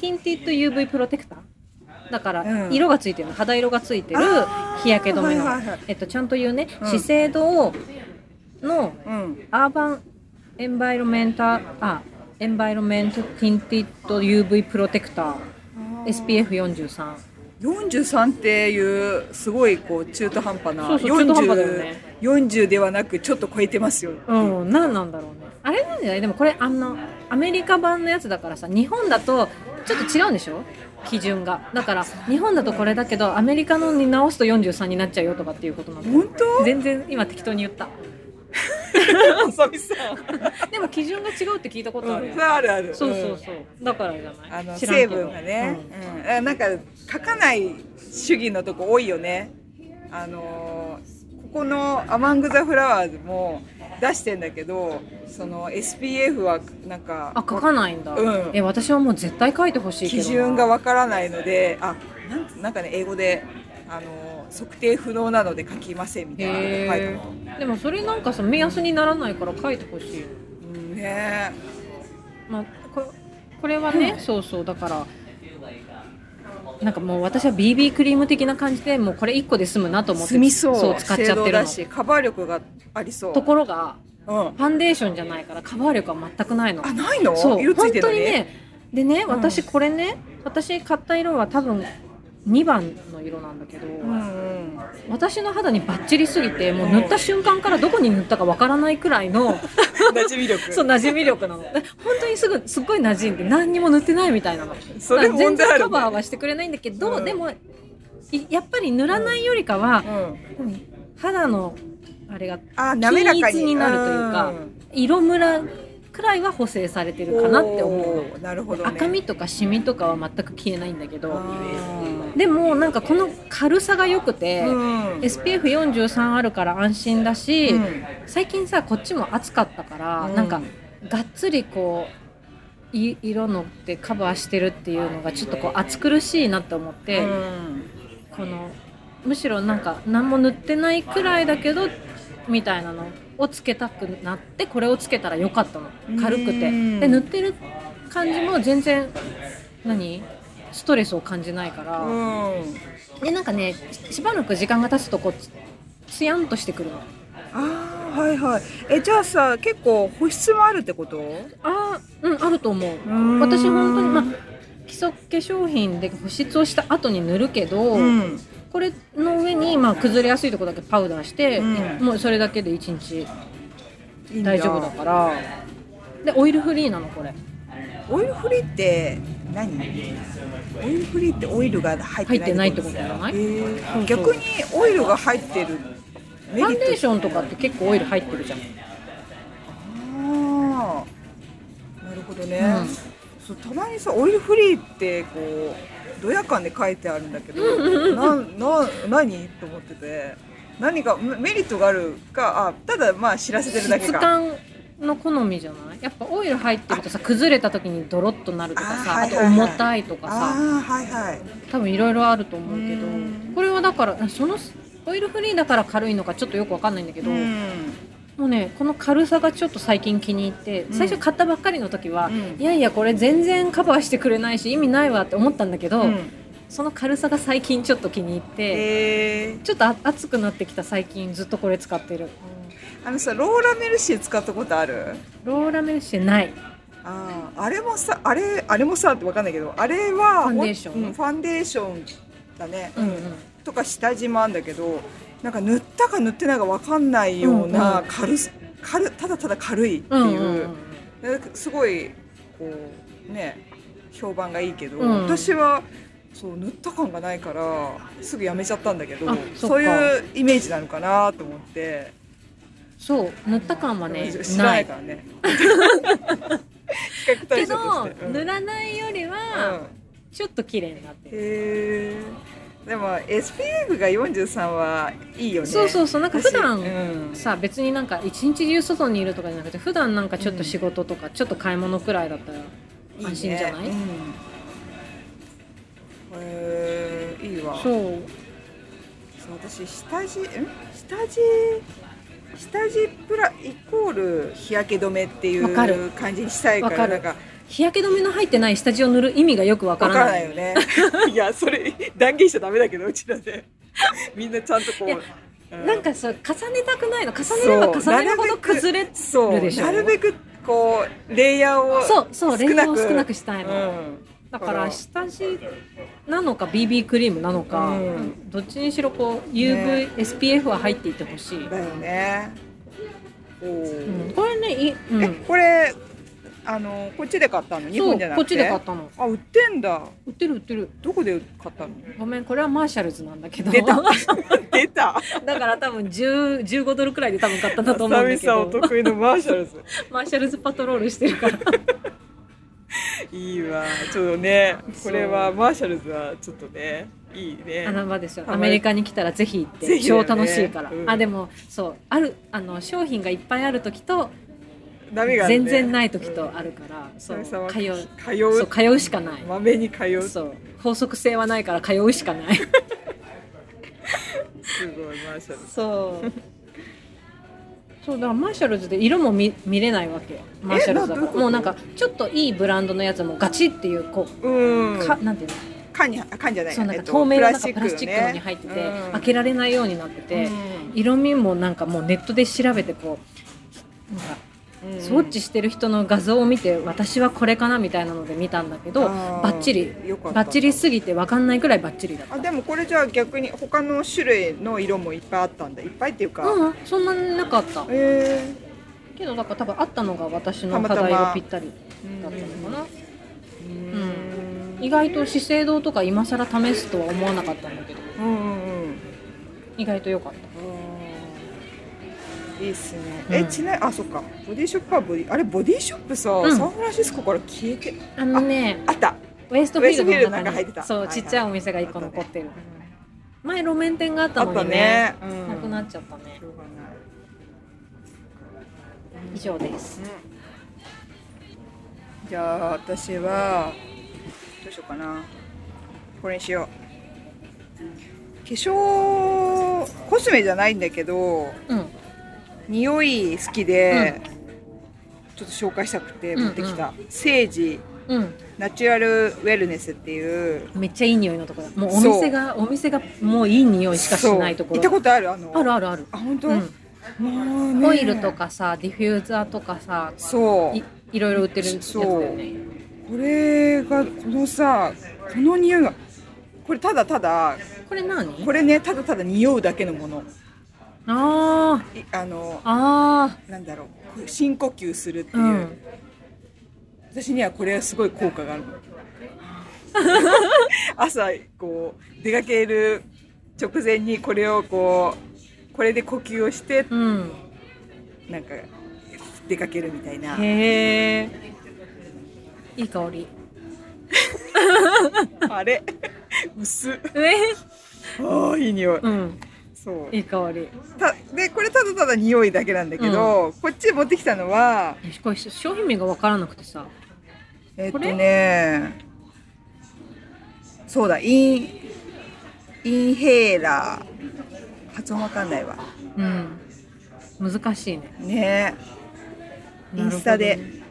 S2: ティンティッド UV プロテクターだから、
S1: うん
S2: 色がついてるの肌色がついてる
S1: あー
S2: 日焼け止めの、
S1: はいはいはい
S2: えっと、ちゃんと言うね、
S1: うん
S2: 資生堂の
S1: うん
S2: アーバンエンバイロメンタあエンバイロメントティンティッド UV プロテクター SPF43
S1: 43っていうすごいこう中途半端な
S2: そうそう中途半端だよね
S1: 40, 40ではなくちょっと超えてますよ
S2: うん何なんだろうねあれなんじゃないでもこれあのアメリカ版のやつだからさ日本だとちょっと違うんでしょ基準がだから日本だとこれだけどアメリカのに直すと43になっちゃうよとかっていうことなんだよ
S1: 本 当
S2: 全然今適当に言った
S1: あさみさん
S2: でも基準が違うって聞いたことあるよ、
S1: うんあるある
S2: そうそう
S1: うん
S2: そうだからじゃない
S1: あの
S2: 知らんけ
S1: 成
S2: ど
S1: 分がね
S2: うん、
S1: うんあなんか書かない主義のとこ多いよねあのーここの「アマング・ザ・フラワーズ」も出してんだけどその SPF はなんか
S2: あ書かないんだ、
S1: うん
S2: え私はもう絶対書いてほしいけど
S1: 基
S2: な
S1: 準がわからないのであなんてなんかね英語であの測定不能なので書きませんみたいなこと書いてあ
S2: へ
S1: る
S2: えでもそれなんかさ目安にならないから書いてほしいよ
S1: うんね
S2: まあ、ここれはね、そうそうだからなんかもう私は BB クリーム的な感じでもうこれ1個で済むなと思って
S1: 済みそう
S2: 使っちゃって
S1: 性能
S2: るの
S1: だしカバー力がありそう
S2: ところが
S1: うん、
S2: ファンデーションじゃないからカバー力は全くないの
S1: あないの
S2: そう
S1: 色つ
S2: 本
S1: いてる
S2: 当
S1: の
S2: に
S1: に、
S2: ねでね
S1: ん
S2: 私これね、私買った色は多分2番の色なんだけ ど、
S1: うん
S2: 私の肌にバッチリすぎてもう塗った瞬間からどこに塗ったかわからないくら いの
S1: うん、馴染み 力
S2: そう、馴染み力なの。で本当にすぐ、すっごい馴染んで、何にも塗ってないみたいなの。
S1: それ
S2: だから全
S1: 問題あ
S2: 然
S1: るね
S2: カバーはしてくれないんだけど、
S1: うん
S2: でも、いやっぱり塗らないよりかは、
S1: うん、
S2: 何肌のあれが
S1: あ滑らかに
S2: 均一になるというか色ムラくらいは補正されて
S1: う
S2: る
S1: ん
S2: かなって思うの
S1: おーなるほど、ね、
S2: 赤みとかシミとかは全く消えないんだけど
S1: あ
S2: でもなんかこの軽さが良くて、
S1: ーうん
S2: SPF43 あるから安心だし、
S1: うん
S2: 最近さこっちも暑かったから、
S1: うん
S2: なんかがっつりこうい色のってカバーしてるっていうのがちょっとこう暑苦しいなって思って、
S1: うん
S2: このむしろなんか何も塗ってないくらいだけどみたいなのをつけたくなってこれをつけたらよかったの軽くて
S1: うん
S2: で塗ってる感じも全然何ストレスを感じないから。
S1: うん
S2: でなんかねししばらく時間が経つとこうつつやんとしてくるの
S1: あーはいはいえじゃあさ結構保湿もあるってこと
S2: あーうんあると思う私
S1: 私
S2: 本当にまあ基礎化粧品で保湿をした後に塗るけど、
S1: うん
S2: これの上にまあ崩れやすいとこだけパウダーして、
S1: うん
S2: もうそれだけで1日
S1: いいん
S2: 大丈夫だからでオイルフリーなのこれ
S1: オイルフリーって何オイルフリーってオイルが入っ
S2: 入
S1: て
S2: っ
S1: ない
S2: てないってことじゃない
S1: へー
S2: うそう
S1: 逆にオイルが入ってるメ
S2: ファン
S1: リ
S2: デー
S1: ット
S2: ションとかって結構オイル入ってるじゃん
S1: あーなるほどね、
S2: うん
S1: そうたまにさオイルフリーってこうドヤ感で書いてあるんだけどなんな何と思ってて何かメメリットがあるかあただまあ知らせてるだけ
S2: 質
S1: か
S2: 感の好みじゃないやっぱオイル入ってるとさ崩れた時にドロッとなるとかさあ,、
S1: あはいはいはい
S2: と重たいとかさ
S1: ああはいはい
S2: 多分いろいろあると思うけど
S1: うん
S2: これはだからそのオイルフリーだから軽いのかちょっとよくわかんないんだけど、もうねこの軽さがちょっと最近気に入って
S1: ん
S2: 最初買ったばっかりの時は、
S1: うん
S2: いやいやこれ全然カバーしてくれないし意味ないわって思ったんだけど、
S1: うん
S2: その軽さが最近ちょっと気に入って、
S1: えー
S2: ちょっとあ暑くなってきた最近ずっとこれ使ってる
S1: あのさローラメルシエ使ったことある
S2: ローラメルシエない
S1: あーあれもさあれあれもさってわかんないけどあれは
S2: ファンデーション
S1: うんファンデーションだね、
S2: うんうん
S1: とか下地もあんだけどなんか塗ったか塗ってないかわかんないよう
S2: う
S1: なん
S2: うん
S1: 軽す、軽ただただ軽いって
S2: うん
S1: い
S2: うんうん
S1: う、なんかすごいこうね評判がいいけど、
S2: うん
S1: 私はそう塗った感がないからすぐやめちゃったんだけど
S2: あそっか
S1: そういうイメージなのかなと思って、
S2: そう塗った感はね
S1: 知ら
S2: な
S1: ない
S2: い
S1: からね 比較対
S2: け
S1: 象
S2: ど
S1: として、うん
S2: 塗らないより
S1: うん
S2: はちょっと綺麗になってる、
S1: へーでも SPF が43はいいよね
S2: そうそうそうなんか普段、
S1: 私うん
S2: さ別になんか一日中外にいるとかじゃなくて普段なんかちょっと仕事とかちょっと買い物くらいだったら、
S1: ね
S2: 安心じゃない
S1: うんへーいいわ
S2: そう
S1: そう私下地ん下地下地プライコール日焼け止めってい
S2: わかる
S1: う感じにしたいから
S2: わかる
S1: なんか
S2: 日焼け止めの入ってない下地を塗る意味がよくわか
S1: わ
S2: ら
S1: から
S2: な
S1: ないいよね いやそれ断言しちゃダメだけどうちらで みんなちゃんとこ
S2: いや
S1: うう
S2: なんかそう重ねたくないの重ねれば重ねるほど崩れ
S1: そう
S2: るでしょ
S1: なるべくこうレイヤーを
S2: そうそうレイヤーを少なく
S1: し
S2: した
S1: た
S2: いの、だから下地なのか BB クリームなのか、
S1: うん
S2: どっちにしろこう UVSPF は入っていてほしい、
S1: だよねおー
S2: うんこれねいい、うん
S1: えこれあのこっちで買ったの日
S2: そ
S1: 本
S2: う
S1: じゃな
S2: こっ
S1: く
S2: ち
S1: て
S2: で買ったの
S1: あ売ってんだ
S2: 売ってる売ってる
S1: どこで買ったの
S2: ごめんこれはマーシャルズなんだけど
S1: 出た出た
S2: だから多分10 15ドルくらいで多分買ったんだと思うんだけ
S1: さんお
S2: ど
S1: 得意のマーシャルズ
S2: マーシャルズパトロールしてるから
S1: いいわちょっとね
S2: そ
S1: こ
S2: う
S1: れはマーシャルズはちょっとねいいね
S2: 穴場ですよ
S1: あ
S2: アメリカに来たらぜひ行って、
S1: ぜひだ
S2: 超
S1: よね
S2: 楽しいから、
S1: うん
S2: あでもそうあるあの商品がいっぱいある時と
S1: 波があるね
S2: 全然ない時とあるから、そう
S1: 神様
S2: 通う
S1: 通う
S2: そう通うしかない、
S1: まめに通うす
S2: そう法則性はないから通うしかない
S1: ごいマーシャルズ
S2: そうそうだからマーシャルズで色も見見れないわけよマーシャルズだか
S1: などういうこ
S2: ら
S1: と
S2: もうなんかちょっといいブランドのやつもガチっていうこ
S1: う
S2: う、
S1: ん
S2: かなんていうの
S1: 缶に缶じゃない
S2: そうなん
S1: え
S2: か
S1: っと
S2: 透明ななんかプ
S1: プラ
S2: ラ
S1: ス
S2: ス
S1: チ
S2: チ
S1: ッ
S2: ック
S1: ク
S2: の
S1: の
S2: に
S1: ね
S2: 入ってて、
S1: うん
S2: 開けられないようになってて、
S1: う
S2: 色味もなんかもうネットで調べてこうなんか
S1: ん
S2: 装置してる人の画像を見て私はこれかなみたいなので見たんだけど
S1: あー
S2: バッチリ
S1: よかった
S2: バッチリすぎて分かんないくらいバッチリだった
S1: あでもこれじゃあ逆に他の種類の色もいっぱいあったんだいっぱいっていうか、
S2: うんそんなになかった
S1: え
S2: けどだから多分あったのが私の
S1: たまた
S2: 課
S1: ま
S2: 題がぴったり
S1: ー、
S2: だったのか
S1: う
S2: な、
S1: ん
S2: 意外と資生堂とか今更試すとは思わなかったんだけど
S1: うん、
S2: 意外と良かった
S1: うんいいっすね。
S2: うん
S1: え、ちなみに、あ、そっか。ボディショップはボディ、あれ、ボディショップさ、
S2: ん
S1: サンフランシスコから消えて。
S2: あのね
S1: あった。
S2: ウエストフィ
S1: ウエ
S2: ールドの
S1: ストフィールドの中
S2: 中
S1: 入っ
S2: に
S1: てた
S2: そう
S1: はいはい
S2: ちっちゃいお店が一個残ってる、前路面店があった
S1: あ
S2: の
S1: った
S2: にね
S1: ね。うん
S2: なくなっちゃったね
S1: しょうがな
S2: 以上です
S1: いうんじゃあ、私は。どうしようかな。これにしよう。化粧。コスメじゃないんだけど。
S2: うん
S1: 匂い好きで、ちょっと紹介したくて持ってきた、セージ
S2: うん
S1: ナチュラルウェルネスっていう
S2: めっちゃいい匂いのところだもうお店がお店がもういい匂いしかしないところ
S1: そう行ったことあるあの
S2: あるあるある
S1: あ本当、
S2: う、
S1: もうんね
S2: オイルとかさディフューザーとかさ
S1: そう
S2: いいろいろ売ってるやつだよね
S1: これがこのさこの匂いがこれただただ
S2: これ何
S1: これねただただ匂うだけのもの
S2: あー
S1: いあの
S2: あ
S1: なんだろうこれ深呼吸するって
S2: ー
S1: いうう、
S2: ん
S1: 私にはこれはすごい効果があるの朝こう出かける直前にこれをこうこれで呼吸をして
S2: うん
S1: なんか出かけるみたいな
S2: へえいい香り
S1: あれ薄っ
S2: え
S1: ああいい匂い
S2: うん
S1: そう
S2: いい香り
S1: たでこれただただ匂いだけなんだけど、こっち持ってきたのは
S2: これ商品名が分からなくてさ
S1: えっ
S2: ことれ
S1: ねそうだインインヘーラー発音わかんないわ
S2: うん難しいね
S1: ねインスタで
S2: なるほどね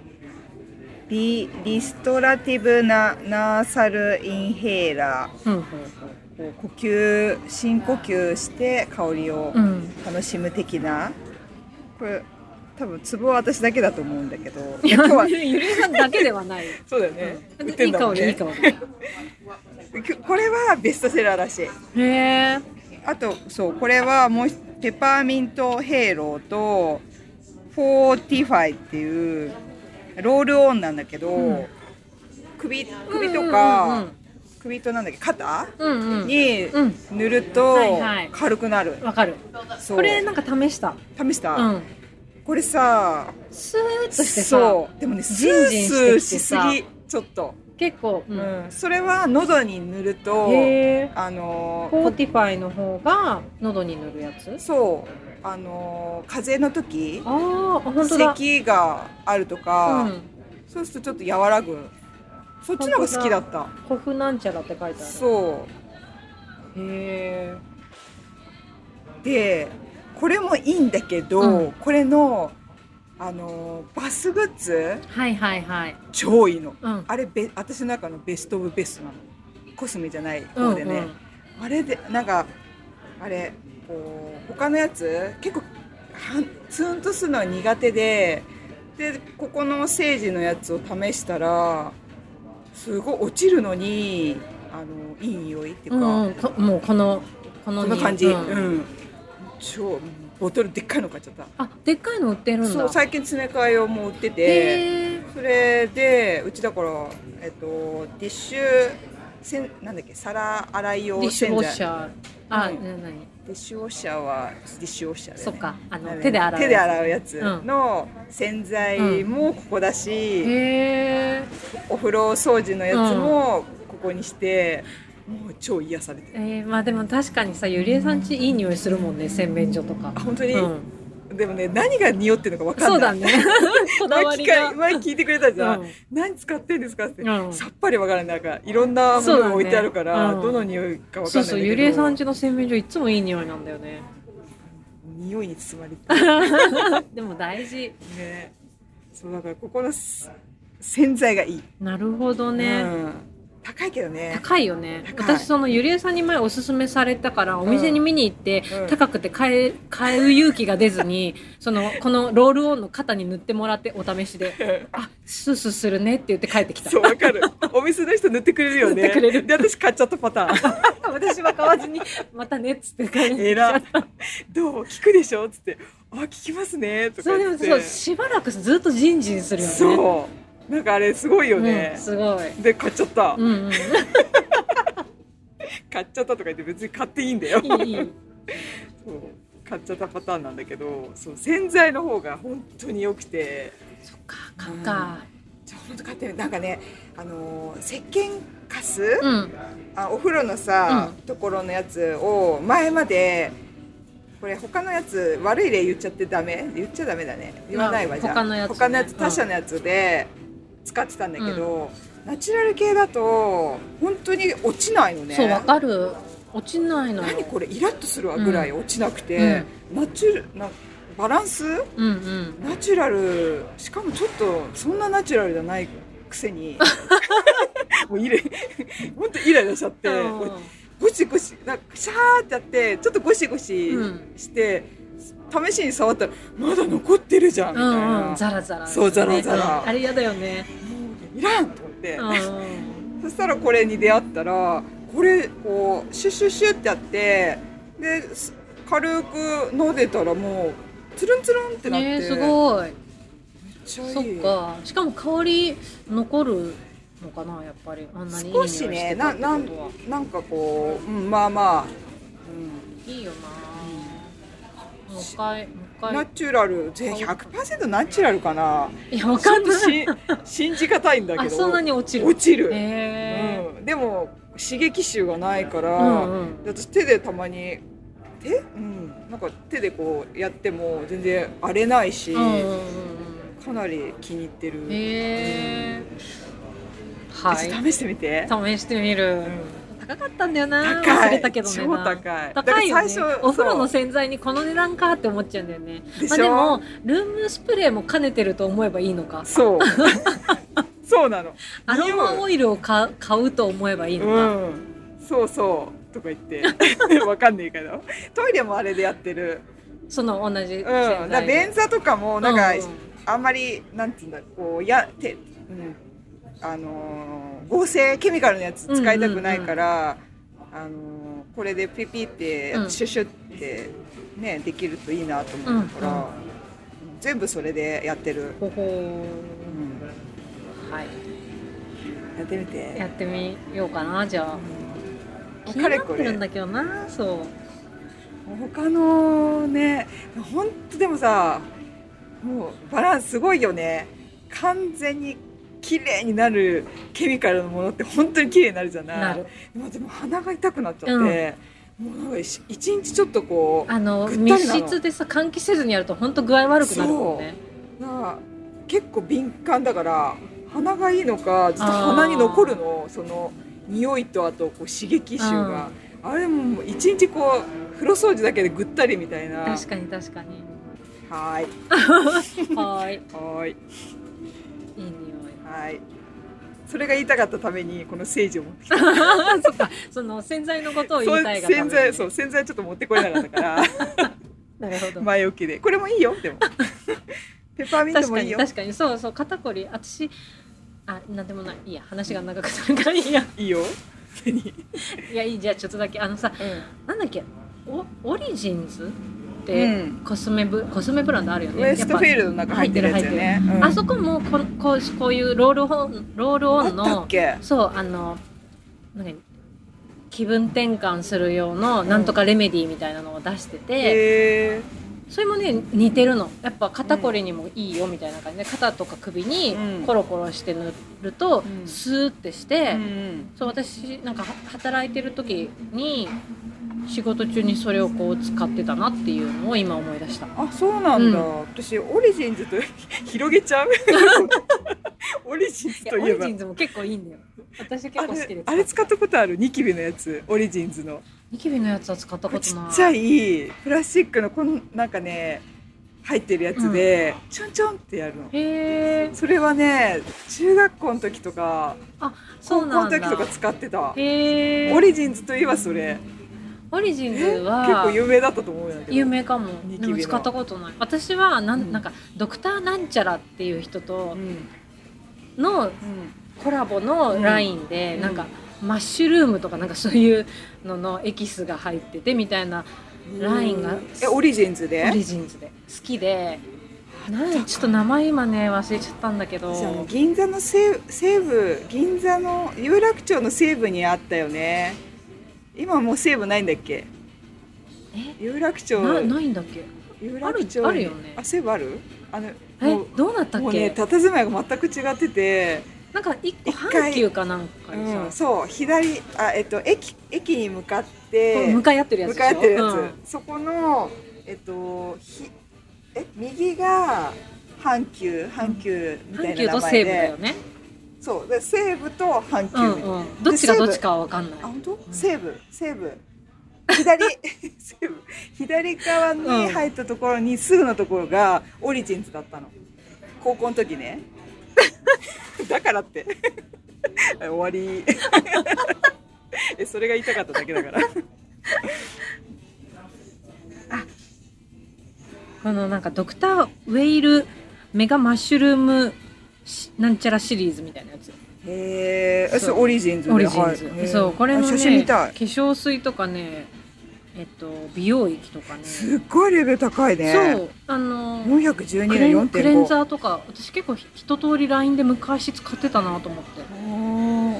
S1: リリストラティブなナーサルインヘーラ
S2: うん
S1: ーこう呼吸深呼吸して香りを
S2: うんうん
S1: 楽しむ的な、これ多分ツボは私だけだと思うんだけ どいや今日は
S2: ゆりえさんだけではない
S1: そうだよね売って
S2: い
S1: ん
S2: い
S1: だも
S2: 香
S1: ん
S2: りいい
S1: ね
S2: 香 り
S1: きこれはベストセラーらしい
S2: へえ
S1: あとそうこれはもうひペパーミントヘイローとフォーティファイっていうロールオンなんだけど、
S2: うん
S1: 首首とか、
S2: うん
S1: 首となんだっけ肩
S2: うんうんうん
S1: に
S2: うん
S1: 塗ると
S2: はいはい
S1: 軽くなる、
S2: わかる
S1: そう
S2: これなんか試した
S1: 試した、
S2: うん
S1: これさ
S2: スーッとしてさ
S1: そうでもねス
S2: ジン
S1: ー
S2: ジン
S1: ス
S2: して
S1: ー
S2: きて
S1: しす
S2: さ
S1: ぎちょっと、
S2: 結構う
S1: うんんそれは喉に塗ると
S2: へー
S1: あの
S2: フォーティファイの方が喉に塗るやつ
S1: そうあの風邪の時
S2: あーあ本当だ
S1: 咳があると
S2: う
S1: か、
S2: ん
S1: そうするとちょっと和らぐそっちの方が好きだった
S2: コフなんちゃらって書いてあ
S1: そうへえでこれもいいんだけど、
S2: うん
S1: これのあのバスグッズ
S2: るはいはいはい
S1: 超いいの
S2: うん
S1: あれべ私の中のベストオブベストなのコスメじゃない方でね、
S2: うんうん
S1: あれでなんかあれこう他のやつ結構はんツンとするのは苦手ででここのセージのやつを試したらすごい落ちるのにあのいい匂いっていうか、
S2: うんうんこもうこのこの
S1: こ
S2: に
S1: んな感じ、うん
S2: うん
S1: 超ボトルでっかいの買っちゃった
S2: あでっかいの売ってるんだ
S1: そう最近詰め替えをもう売ってて
S2: へー
S1: それでうちだから、えっと、ディッシュせんなんだっけ皿洗い
S2: デ
S1: 用
S2: ィッシュウォッシ
S1: ディ
S2: ャーあ、
S1: うん
S2: ななに
S1: ッシュウォッシャーはディッシュウォッシャーで、ね、
S2: そっかあ
S1: な
S2: の
S1: の
S2: 手で洗う
S1: 手で洗うやつ
S2: うん
S1: の洗剤もここだし、
S2: へ
S1: お風呂掃除のやつもここにして、もう超癒されて
S2: ー
S1: る
S2: えー、まあでも確かにさゆりえさんちいい匂いするもんね洗面所とか
S1: あ本当に、
S2: うん、
S1: でもね何が匂ってるのか分かんない
S2: そうだね こだ
S1: 前
S2: わ
S1: 聞
S2: り
S1: か
S2: が
S1: 前聞いてくれたじゃん、
S2: うん
S1: 何使ってんですかって、
S2: うん
S1: さっぱり分からないなんかいろんなも
S2: そうだ
S1: の
S2: ね
S1: が置いてあるから、
S2: うん
S1: どの匂いか分かんないんだけど
S2: そうそうゆりえさんちの洗面所いつもいい匂いなんだよ ね
S1: 匂いに包まれて
S2: でも大事
S1: るねそうだからここのす洗剤がいい、
S2: なるほどね、
S1: うん高いけどね
S2: 高いよね
S1: 高い
S2: 私そのゆりえさんに前おすすめされたからお店に見に行って、
S1: うん
S2: 高くて買え買う勇気が出ず にそのこのロールオンの肩に塗ってもらってお試しであスースーするねって言って帰ってきた
S1: そう、わか る。お店の人塗ってくれるよね。
S2: 塗ってくれる
S1: で、私買っちゃったパタ ーン。
S2: 私は買わずに またねっつって帰って
S1: え
S2: きちゃ
S1: ら
S2: っ。
S1: どう聞くでしょつって。あ、聞きますね。と
S2: たそ
S1: か
S2: うで
S1: 言っ
S2: も
S1: て。
S2: そうしばらくずっとジンジンするよね
S1: そうなんかあれ、すごいよ
S2: う
S1: ね
S2: ん、。すごい
S1: で、買っちゃった
S2: う。んうん
S1: 買っちゃったとか言って別に買っていいんだよ。
S2: いいいい
S1: そう買っちゃったパターンなんだけどそう洗剤の方が本当に良くて
S2: そっか買うか
S1: ちょ本当買ってるなんかねあのー石鹸カス、
S2: うん、
S1: あお風呂のさ、
S2: う
S1: ところのやつを前までこれ他のやつ悪い例言っちゃってダメ言っちゃダメだね言わないわ
S2: まあ
S1: じゃあ
S2: 他のやつねうん
S1: 他社のやつで使ってたんだけど、ナチュラル系だと本当に落ちないのね
S2: そうわかる落ちないのよ
S1: 何これイラッとするわぐらい落ちなくて、ナチュラなバランス
S2: うんうん
S1: ナチュラルしかもちょっとそんなナチュラルじゃないくせ にもうイラ イ本当イライラしちゃって、
S2: うん
S1: ゴシゴシなんかシャーってやってちょっとゴシゴシ
S2: うん
S1: して、試しに触ったらまだ残ってるじゃんみたい
S2: うん
S1: な、
S2: うんザラザラ
S1: そうザラザラ
S2: うんあれ嫌だよね
S1: いらんと思って、
S2: うん
S1: そしたらこれに出会ったらこれこうシュッシュッシュッってやってです軽く飲んでたらもうつるんつるんってなって、
S2: ねすごい
S1: めっちゃいい
S2: そっかしかも香り残るのかなやっぱりあんなにいい匂
S1: 少
S2: いし
S1: してねな
S2: たって
S1: な
S2: こ
S1: ん
S2: とは
S1: なんかこう、うん、まあまあ、うん
S2: いいよなもう一回もう一回
S1: ナチュラル全100%ナチュラルかない
S2: やわかんない
S1: ちょっとし信じがたいんだけ
S2: あ
S1: ど
S2: そんなに落ちる
S1: 落ちる、
S2: へ
S1: うん、でも刺激臭がないか
S2: え
S1: ら、
S2: うんうん
S1: で私手でたまに手、うん、なんか手でこうやっても全然荒れないし、
S2: うんうんうん
S1: かなり気に入ってる、
S2: うんへえは
S1: ち
S2: い
S1: ょっと試してみて、
S2: 試してみる、高かったんだよな
S1: 高い
S2: 忘れたけどね
S1: 超高い
S2: 高いよね
S1: だから最初
S2: お風呂
S1: そ
S2: の
S1: う
S2: 洗剤にこの値段かって思っちゃうんだよね
S1: でし
S2: まあ、
S1: ょ
S2: でもルームスプレーも兼ねてると思えばいいのか
S1: そうそうなの
S2: アロマオイルを買う買うと思えばいいのか、
S1: うんそうそうとか言って わかんないけどトイレもあれでやってる、
S2: その同じ
S1: う
S2: 洗
S1: ん、だか
S2: 剤
S1: ら便座とかもなんか、
S2: うう
S1: あんまりなんていうんだこうやて、うん、あのー合成ケミカルのやつ使いたくないから、あのーこれでピピって
S2: うん
S1: シュシュってねできるといいなと思うから、
S2: うんうん
S1: 全部それでやってる、
S2: ほほ
S1: うん、
S2: ーはい
S1: やってみて
S2: やってみようかなじゃ
S1: う
S2: あ
S1: ん
S2: 気
S1: もうかれ
S2: になっ
S1: こ
S2: てる
S1: れ
S2: んだけどなそ
S1: 他のね本当でもさもうバランスすごいよね完全に綺麗になるケミカルのものって本当に綺麗になるじゃ
S2: う
S1: ない
S2: なる
S1: もうでも鼻が痛くなっちゃって、もうなんか一一日ちょっとこ
S2: あの
S1: ぐったりな
S2: 密
S1: の
S2: 室でさ換気せずにやると本当具合悪くなるもんね
S1: うなんか結構敏感だから鼻がいいのかずっと鼻に残るのその匂いとあとこう刺激臭が、あれももう一日こう風呂掃除だけでぐったりみたいな
S2: 確かに確かに
S1: はーい
S2: はーい
S1: はーい
S2: いい匂い
S1: はーいそれが言いたかったためにこのセージを持ってきた
S2: あ そっかその洗剤のことを言いたいがため
S1: 洗
S2: に
S1: 剤そう洗剤ちょっと持ってこれなかったから
S2: なるほど
S1: 前置きでこれもいいよでもペパーミント
S2: 確
S1: も
S2: か
S1: いい
S2: に
S1: よ
S2: 確かにそうそう肩こり私あなんでもないいいや話が長くなるからいいや
S1: いいよ何
S2: いやいいじゃあちょっとだけあのさなんだっけおオリジンズって、
S1: うん
S2: コスメブコスメブランドあるよ
S1: ウ
S2: ね
S1: エストフィールドの
S2: やっぱ
S1: 中入ってるやつよね。うん
S2: あそこもここうこういうロールオンロールオン
S1: あったっ
S2: の
S1: け
S2: そうあのなんか気分転換する用のなんとかレメディーみたいなのを出してて、
S1: へ
S2: それもね似てるのやっぱ肩こりにもいいよみたいな感じで肩とか首に
S1: うん
S2: コロコロして塗ると、
S1: うん
S2: スーってして、
S1: え。うん
S2: そう私なんかは働いてる時に仕事中にそれをこう使ってたなっていうのを今思い出した
S1: あ、そうなんだ。
S2: う
S1: 私オリジンズと広げち ゃう。オリジンズ
S2: いや
S1: と
S2: オ
S1: いえ
S2: リ
S1: ば
S2: ジン。ズも結構いいんだよ私
S1: あ
S2: 結構好き
S1: れ
S2: で
S1: あれ使ったことあるニキビのやつオリジンズの
S2: ニキビのやつは使ったこと
S1: ち
S2: ない
S1: っちゃいプラスチックのこんなんかね入ってるやつで、ちょんちょんってやるの
S2: へえ
S1: それはね中学校の時とか
S2: そ
S1: 高校
S2: うな
S1: の
S2: んだ
S1: 時とか使ってた
S2: へえ
S1: オリジンズといえばそれ
S2: オリジンズ
S1: え
S2: は
S1: 結構有名だったと思うんだけど
S2: 有名かも
S1: ニ
S2: で
S1: キビ
S2: も
S1: の
S2: 使ったことない私はなん,、
S1: うん
S2: なんかドクターなんちゃらっていう人
S1: う
S2: と
S1: ん
S2: のコラボのラインで、
S1: うん
S2: なんかマッシュルームとかなんかそういうののエキスが入っててみたいな
S1: うん
S2: ラインが
S1: えオリジンズで
S2: オリジンズで好きでなんちょっと名前今ね忘れちゃったんだけど
S1: 私あの銀座の西西部銀座の有楽町の西部にあったよね今もう西部ないんだっけ
S2: え
S3: 有楽町
S2: なないんだっけ
S3: 有
S2: あ
S3: 楽町
S2: る
S3: に
S2: あるよね
S3: あそういえばあるあの
S2: え
S3: もう
S2: どうなった
S3: も
S2: っ
S3: うね
S2: け
S3: 佇まいが全く違ってて、
S2: なんか一個
S3: 一回
S2: 阪急かなんかに
S3: うん、
S2: さ
S3: そう左あえっと駅駅に向かっ
S2: こ
S3: て
S2: う向かい合ってるやつ
S3: 向
S2: でしょ
S3: かい合ってるやつ、
S2: うん
S3: そこのえっとひえ右が阪急阪急みたい
S2: 阪
S3: な
S2: 急
S3: 名
S2: と
S3: 前で、
S2: 西武だよね
S3: そうで西武と阪急
S2: う
S3: み
S2: ん
S3: たいな、
S2: う
S3: あ
S2: んどっちがどっちかは分かんない
S3: 本当西武西武 左西武左側に入ったところにすぐのところがオリジンズだったの高校の時 ねだからって 終わ りえそれが言いたかっただけだ から
S2: このなんかドクターウェイルメガマッシュルームしなんちゃらシリーズみたいなやつ
S1: へえ、
S2: そ
S1: そううオリジンズで
S2: オリジンズ、
S1: はいへー
S2: そうこれのね
S1: あ写真見
S2: 化
S1: たい。
S2: 粧水とかねえっと美容液とかね
S1: すっごいレベル高いね。
S2: そうあの
S1: 四百十
S2: クレ
S1: 二
S2: ン
S1: の
S2: クレン
S1: 4.5。
S2: ザーとか私結構ひ一通り LINE で昔使ってたなと思って
S1: おー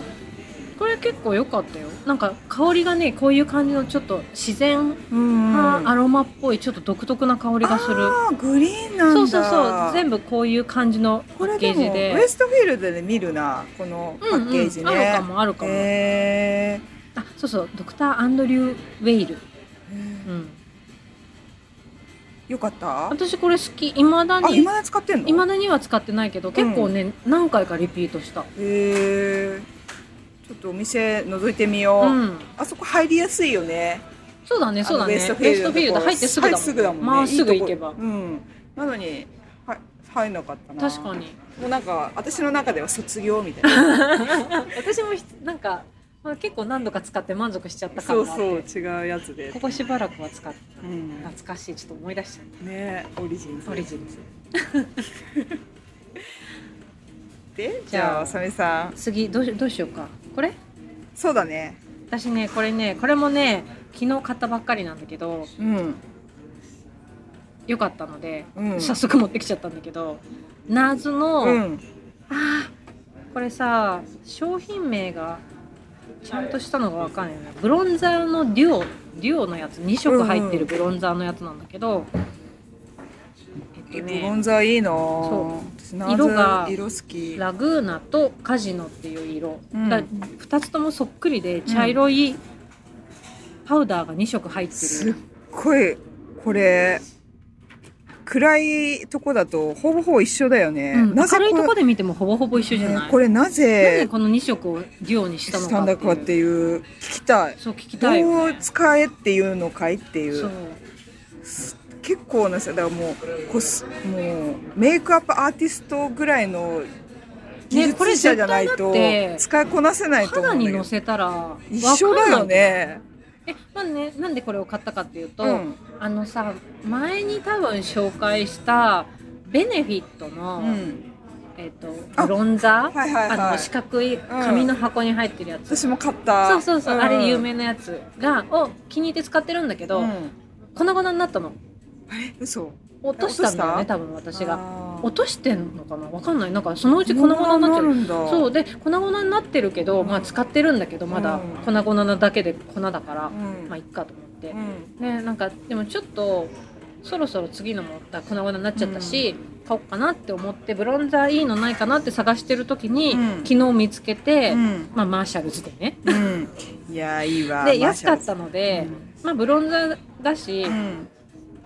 S2: これ結構良かったよなんか香りがねこういう感じのちょっと自然
S1: うん
S2: なア
S1: あ
S2: ロマっぽいちょっと独特な香りがする、
S1: ーグリーンなんだ。
S2: そうそうそう全部こういう感じの
S1: こ
S2: パッ
S1: れで
S2: ケージ
S1: も
S2: で
S1: ウエストフィールドで見るなこのパッケージね。
S2: うんうん、あるかもあるかも、
S1: へ
S2: あそうそうドクターアンドリュー・ウェイル、
S1: ー
S2: うん、
S1: よかった。あ
S2: 私これ好きいまだに
S1: 今だに使ってんの？
S2: いまだには使ってないけど結構ね、何回かリピートした
S1: へえ。ちょっとお店覗いてみよう。
S2: うん
S1: あそこ入りやすいよね。
S2: そうだねそうだね
S1: あのウエストフィールドのとこ
S2: ウエストフィールド入ってすぐだもん,、
S3: はいすぐだもんね
S2: まあすぐ
S3: いい
S2: 行
S3: とこ
S2: けば
S1: うん。なのには入んなかったな。
S2: 確か。に
S3: もうなんか私の中では卒業みたい な
S2: 私もひなんか、まあ、結構何度か使って満足しちゃったか
S3: そ
S2: ら
S3: うそう違うやつで
S2: こ、こしばらくは使って
S3: うん、
S2: 懐かしいちょっと思い出しちゃっ
S3: ねオリジンズ
S2: たオリジンズ
S1: で
S2: じ
S1: じ
S2: ゃ
S1: ゃ
S2: あ
S1: あサメさん。
S2: 次どうしどうしようかこれ
S1: そうだね。
S2: 私ねこれねこれもね昨日買ったばっかりなんだけど
S1: うん。
S2: 良かったので、
S1: うん
S2: 早速持ってきちゃったんだけど謎の、
S1: うん。
S2: あーこれさ商品名がちゃんとしたのがわかんないなブロンザーのデュオデュオのやつ2色入って
S1: うんう
S2: る
S1: ん
S2: ブロンザーのやつなんだけど、えっと
S1: ブロ
S2: ね
S1: ンザーいいな
S2: そ
S1: そう私ナーズ
S2: 色が
S1: 色好き
S2: ラグーナとカジノっていう色、
S1: うん
S2: だ2つともそっくりで茶色いパウダーが2色入って
S1: すっ
S2: る、
S1: ごいこれ暗いとこだとほぼほぼ一緒だよね、
S2: うん
S1: なぜ
S2: 明るいとこ
S1: こ
S2: で見てもほぼほぼ一緒じゃない、
S1: ねこれな
S2: なぜ
S1: ぜ
S2: この2色をデュオにしたの
S1: したん
S2: か
S1: だかっ
S2: って
S1: て
S2: いう
S1: いう聞きたい
S2: そう聞き
S1: ど
S2: たいよ
S1: う使えっていうのかいってい
S2: そう
S1: う結構なさだからもうこすもうメイクアップアーティストぐらいの技
S2: これ
S1: 術者じゃない
S2: 絶
S1: と
S2: 対だって
S1: 使いこなせないと思
S2: 肌
S1: うんだ
S2: に
S1: け
S2: の
S1: ど
S2: せたらわかんない
S1: 一緒だよね
S2: えまあねなんでこれを買ったかっていうと、
S1: うん
S2: あのさ前に多分紹介したベネフィットの、
S1: うん
S2: えっと
S1: あ
S2: ブロンザー、
S1: はいはいはい
S2: あの四角い紙の箱に入ってるやつ、
S1: 私も買った
S2: そうそうそう、
S1: ん
S2: あれ有名なやつがを気に入って使ってるんだけど、
S1: うん
S2: 粉々になったの
S1: 嘘
S2: 落としたんだよね
S1: 落とした
S2: 多分私が
S1: あー
S2: 落としてんのかなわかんないなんかそのうち粉々になっちゃう
S1: るんだ
S2: そうで粉々になってるけど、まあ、使ってるんだけどまだ粉
S1: うん
S2: 々なだけで粉だから、
S1: うん
S2: まあいっかと思って
S1: う、ん
S2: ねなんかでもちょっとそろそろ次のもだ粉々になっちゃったし、買おうかなって思ってブロンザーいいのないかなって探してる時に、
S1: うん
S2: 昨日見つけて、
S1: うん
S2: まあ、マーシャルズでね
S1: うんいやーいいわ
S2: で安か
S1: た
S2: ったので、まあ、ブロンザーだし、
S1: うん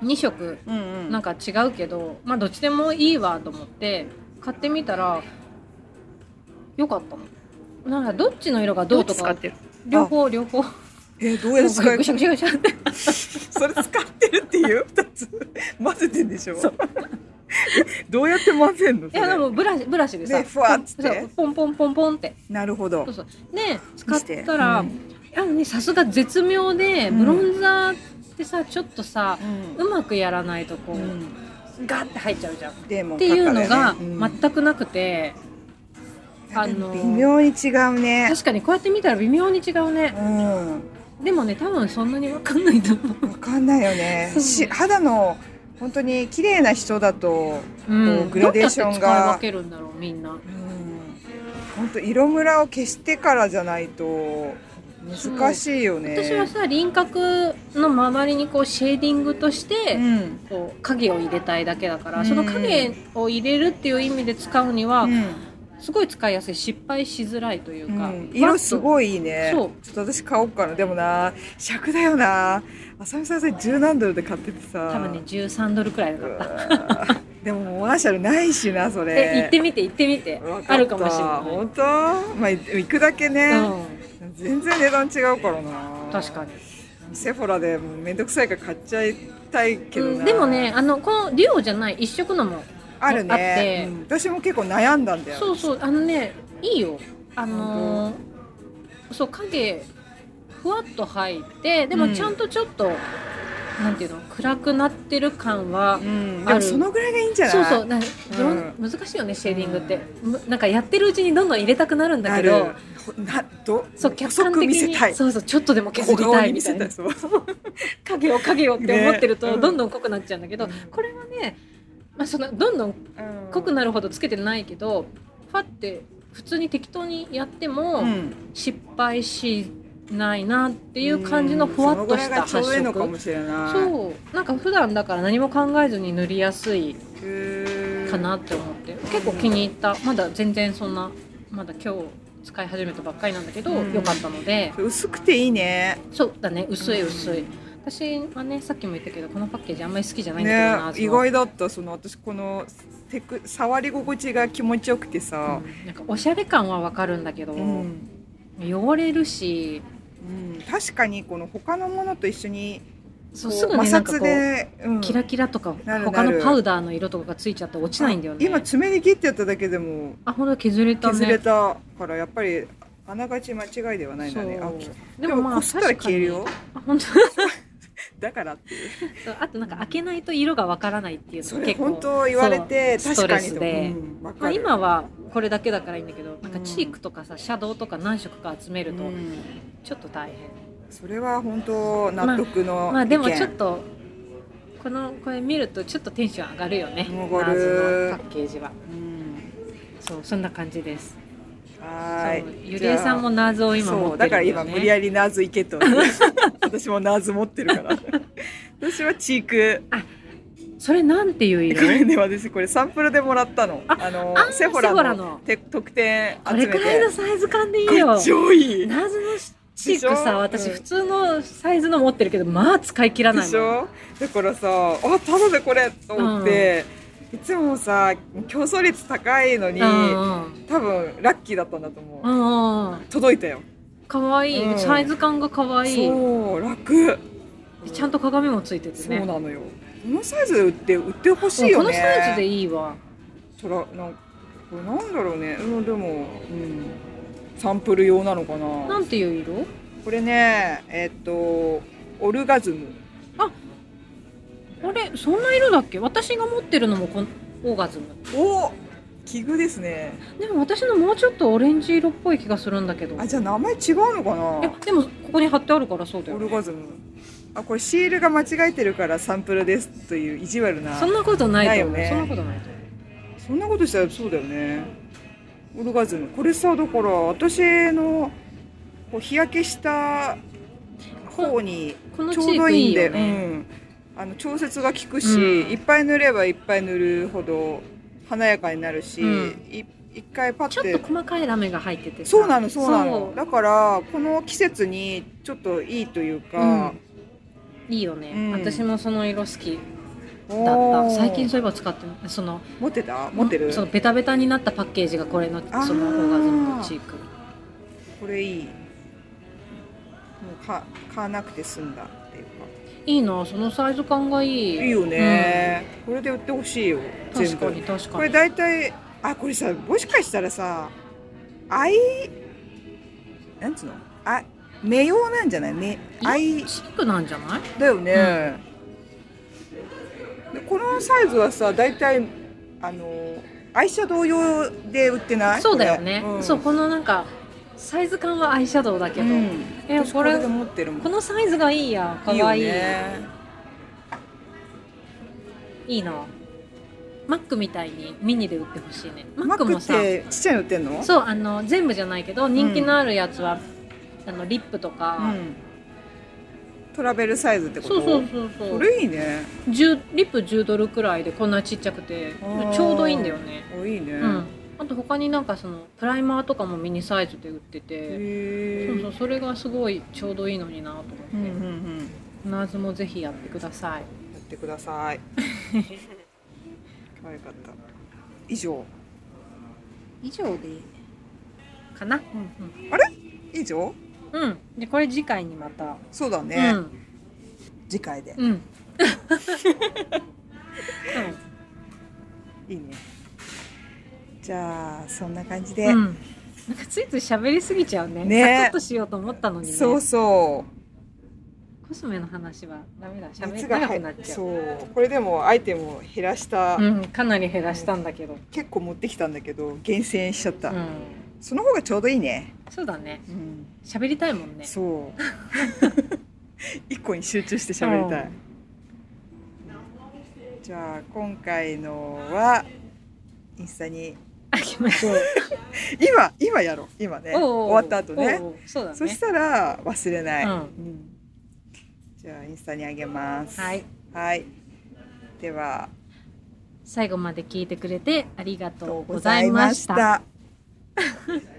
S2: 2色
S1: うん
S2: なんか違うけど、まあ、どっちでもいいわと思って買ってみたらよかったの。なんかどっちの色がどうとか
S1: てる
S2: 両方両方
S1: えーどう
S2: ぐ
S1: やって
S2: し
S1: 使
S2: ゃ
S1: い
S2: ぐしゃぐしゃぐしゃって
S1: それ使ってるって いう二つ混ぜてんでしょ
S2: そう
S1: え どうやって混ぜんの
S2: い
S1: それ
S2: やでもブラシブラシでさ、
S1: ねふわっつって
S2: そうポンポンポンポンって
S1: なるほど
S2: そうそうで使
S1: 見
S2: っ
S1: せて
S2: たら、
S1: うん
S2: あのねさすが絶妙で、
S1: うん
S2: ブロンザーってさちょっとさ
S1: う、
S2: うんまくやらないとこう、
S1: うん
S2: ガッて入っちゃうじゃん。っ
S1: でも
S2: ていうの
S1: カ
S2: が
S1: ッカだねうん
S2: 全くなくて、あの
S1: 微妙に違うね
S2: 確かにこうやって見たら微妙に違うね。
S1: うん
S2: でもね多分そんなにわかんないと思う。
S1: わかんないよね
S2: そう
S1: し肌の本当に綺麗な人だと
S2: うん、
S1: グラデーション
S2: ど
S1: が
S2: うやって使い分けるんだろうみんな。
S1: うん本当色ムラを消してからじゃないと難しいよね
S2: 私はさ輪郭の周りにこうシェーディングとして、
S1: うん
S2: こう影を入れたいだけだから、
S1: うん
S2: その影を入れるっていう意味で使うには、
S1: うん
S2: すごい使いやすい失敗しづらいというか、
S1: うん色す
S2: い
S1: ごいいいね
S2: そう
S1: ちょっと私買おうかなでもな尺だよな浅見さんさ十何ドルで買っててさ
S2: 多分ね13ドルくらいだ
S1: う
S2: った、
S1: わーでももうマーシャルないしなそれ
S2: え行ってみて行ってみて
S1: わった
S2: あるかもしれない、
S1: 本当まあい行くだけね、
S2: う、
S1: 全然値段違うからなん
S2: 確かに、
S1: セフォラでもうめんどくさいから買っちゃいたいけどな、
S2: うんでもねあのこのデュオじゃない一色のも
S1: ある
S2: あって
S1: ね、うん私も結構悩んだんだよ
S2: そうそうあのねいいよあのーそう影ふわっと入ってで
S1: う
S2: も
S1: ん
S2: ちゃんとちょっと、なんていうの暗くなってる感は、
S1: うん、
S2: あ
S1: でも
S2: る
S1: そのぐらいがいいんじゃない
S2: そうそうなんかいろん
S1: う
S2: 難しいよねシェーディングって、むなんかやってるうちにどんどん入れたくなるんだ
S1: な
S2: け
S1: る
S2: ど
S1: など
S2: そう客観
S1: 細く
S2: 的
S1: 見せ
S2: に
S1: たい
S2: そうそうちょっとでも削りたいみたいな
S1: そう
S2: 影を影をって思ってる
S1: ね
S2: と、
S1: うん
S2: どんどん濃くなっちゃうんだけど、
S1: うん
S2: これはね、まあ、そのどんどん濃く
S1: な
S2: なるほどつけてないけどファって普通に適当にやっても、
S1: うん、
S2: 失敗しないなっていう感じのふわっとした
S1: そ
S2: 発
S1: のぐらいがちょうどいいのか
S2: 色
S1: もしれない
S2: そうなんか普段だから何も考えずに塗りやすい
S1: へー
S2: かなって思って結構気に入ったまだ全然そんなまだ今日使い始めたばっかりなんだけど、
S1: うん
S2: 良かったので
S1: 薄くていいね
S2: そうだね薄い
S1: うん
S2: 薄い、私はねさっきも言ったけどこのパッケージあんまり好きじゃないんだけど
S1: ね
S2: な、味
S1: 意
S2: は
S1: 外だったその私このテク触り心地が気持ちよくてさ、
S2: うんなんかおしゃれ感はわかるんだけど、
S1: うん
S2: 汚れるし
S1: うん確かにこの他のものと一緒に
S2: そう
S1: こう
S2: すぐねな
S1: 摩
S2: んか
S1: 擦
S2: こう
S1: で、うん
S2: キラキラとか
S1: なる
S2: 他
S1: な
S2: の
S1: る
S2: パウダーの色とかがついちゃって落ちないんだよね
S1: 今爪で切ってやっただけでも
S2: あ、ほんとだ削れたね。
S1: 削れたからやっぱりあながち間違いではないんだ
S2: そう
S1: ねあき
S2: でもまあ、
S1: こすったら消えるよ
S2: 確かに。あ、本当
S1: だからっていう
S2: だ。あとなんか開けないと色がわからないっていうの
S1: そ
S2: が
S1: れ
S2: 結構。
S1: 本当言われて
S2: そう
S1: 確かに
S2: ス
S1: と
S2: トレスで
S1: うんわ
S2: ま
S1: か
S2: あ
S1: る
S2: 今はこれだけだからいいんだけど、なんか
S1: うん
S2: チークとかさ、シャドウとか何色か集めると
S1: う、ん
S2: ちょっと大変。
S1: それは本当納得の意見、
S2: まあでもちょっと、この、これ見るとちょっとテンション上がるよね。
S1: 上
S2: ナ
S1: がる
S2: ーズのパッケージは。
S1: うん
S2: そう、そんな感じです。
S1: はーい
S2: そうゆりえさんもナーズを今持
S1: そ
S2: っ
S1: う
S2: てる
S1: だ
S2: んだ
S1: から
S2: よ、ね。
S1: 今無理やりナーズいけ と私もナーズ持ってるから私はチーク
S2: それなんていう
S1: こ
S2: 色
S1: れね私これサンプルでもらったのあの
S2: あ
S1: セフォラの
S2: の。
S1: て特典
S2: こ
S1: 集
S2: れ
S1: めて
S2: くらいのサイズ感でいいよ。
S1: 超いいで
S2: ナーズのチーク
S1: でし
S2: さ
S1: ょ
S2: 私
S1: うん
S2: 普通のサイズの持ってるけどまあ使い切らない
S1: し
S2: もん
S1: ょだからさあただでこれと思って、いつもさ競争率高いのに、
S2: うんうん
S1: 多分ラッキーだったんだと思う、
S2: うんうん
S1: 届いたよ
S2: かわいい、
S1: うん
S2: サイズ感がかわいい
S1: そう楽
S2: ちゃんと鏡もついてて
S1: そう
S2: ね
S1: なのよこのサイズで売って売ってほしいよね
S2: このサイズでいいわ
S1: そらなんこれなんだろうねうんでも、うん、サンプル用なのかな
S2: なんていう色
S1: これねえっとオルガズム
S2: あれそんな色だっけ私が持ってるのもこのオーガズム
S1: お器具ですね
S2: でも私のもうちょっとオレンジ色っぽい気がするんだけど
S1: あ
S2: い
S1: じゃあ名前違うのか
S2: や
S1: な
S2: でもここに貼ってあるからそうだ
S1: オ
S2: よ
S1: ルガズムあこれシールが間違えてるからサンプルですという意地悪な
S2: そんなことないと思う、
S1: ないよね
S2: そんなことないと思
S1: そんなことしたらそうだよねオルガズムこれさだから私のこう日焼けした方に
S2: うこの
S1: ち
S2: チ
S1: ょう
S2: ー
S1: ど
S2: ク
S1: い
S2: い
S1: い
S2: い
S1: んで
S2: よね
S1: うん、あの調節が効くし、
S2: うん
S1: いっぱい塗ればいっぱい塗るほど華やかになるし、
S2: うん
S1: い一回パ
S2: ち
S1: ッ
S2: ょってと細かいラメが入っててさ
S1: そうなのそうなの
S2: そう
S1: だからこの季節にちょっといいというか、
S2: いいよね、
S1: うん
S2: 私もその色好きだっ
S1: お
S2: た
S1: ー
S2: 最近そういえば使ってないその
S1: 持ってた持ってる
S2: そのベタベタになったパッケージがこれの
S1: ー
S2: そのオーガズムのチーク
S1: これいいもうか買わなくて済んだっていうか
S2: いいなそのサイズ感がいい
S1: いいよね、これで売ってほしいよ
S2: うん
S1: 全
S2: 確か
S1: 部
S2: に確
S1: こ
S2: か
S1: れ
S2: に
S1: 大体あこれさもしかしたらさアイなんつうのあ目用なんじゃない目アイ
S2: チークなんじゃない
S1: だよね、でこのサイズはさ大体あのアイシャドウ用で売ってない
S2: そうだよね、
S1: これん
S2: そうこのなんかサイズ感はアイシャドウだけ
S1: う
S2: ど、
S1: ん、
S2: え
S1: 私
S2: こ
S1: これ
S2: れ
S1: で持ってるもん
S2: このサイズがいいやかわいいい,、
S1: よね
S2: いなマックみたいにミニで売ってほしいねマ
S1: マ
S2: ッ
S1: ッ
S2: ク
S1: ク
S2: も
S1: っ
S2: さ
S1: てちっちゃいの売ってんの
S2: そうあの全部じゃないけど人気のあるやつはあのリップとか、
S1: うん、トラベルサイズってこと
S2: そうそうそうそう
S1: それいいね
S2: 10リップ10ドルくらいでこんなちっちゃくて
S1: あー
S2: ちょうどいいんだよね
S1: おいいね、
S2: うんあと他になんかそのプライマーとかもミニサイズで売ってて
S1: へ
S2: そう
S1: ー
S2: そうそれがすごいちょうどいいのになと思って、
S1: うんうんうんや
S2: ナーズもぜひやってください
S1: ってください 可愛かった以上
S2: 以上でかな
S1: 以上
S2: うんでこれ次回にまた、
S1: そうだね、
S2: うん
S1: 次回で
S2: うん
S1: いいねじゃあそんな感じ
S2: う
S1: で、
S2: ん、うんなんかついつい喋りすぎちゃうね
S1: ね
S2: サクッとしようと思ったのにね
S1: そうそう
S2: コスメの話はダメだ喋り
S3: 熱が
S2: 長
S3: 入
S2: く
S3: っ
S2: なっちゃう
S3: そうこれでもアイテムを減らした、
S2: うん、かなり減らしたんだけど、
S1: 結構持ってきたんだけど厳選しちゃった、
S2: うん、
S1: その方がちょうどいいね、
S2: そうだね
S1: うん、
S2: 喋りたいもんね
S1: そう 一個に集中して喋りたい、
S2: う
S1: じゃあ今回のはインスタに
S2: あきましょう
S1: 今今やろう今ね
S2: おうおう
S1: 終わった後ね
S2: おうおうそうだね
S1: そしたら忘れない、
S2: うん
S1: うんじゃあインスタにあげます
S2: はい
S1: はいでは
S2: 最後まで聞いてくれてありがと
S1: と
S2: うございました
S1: うございました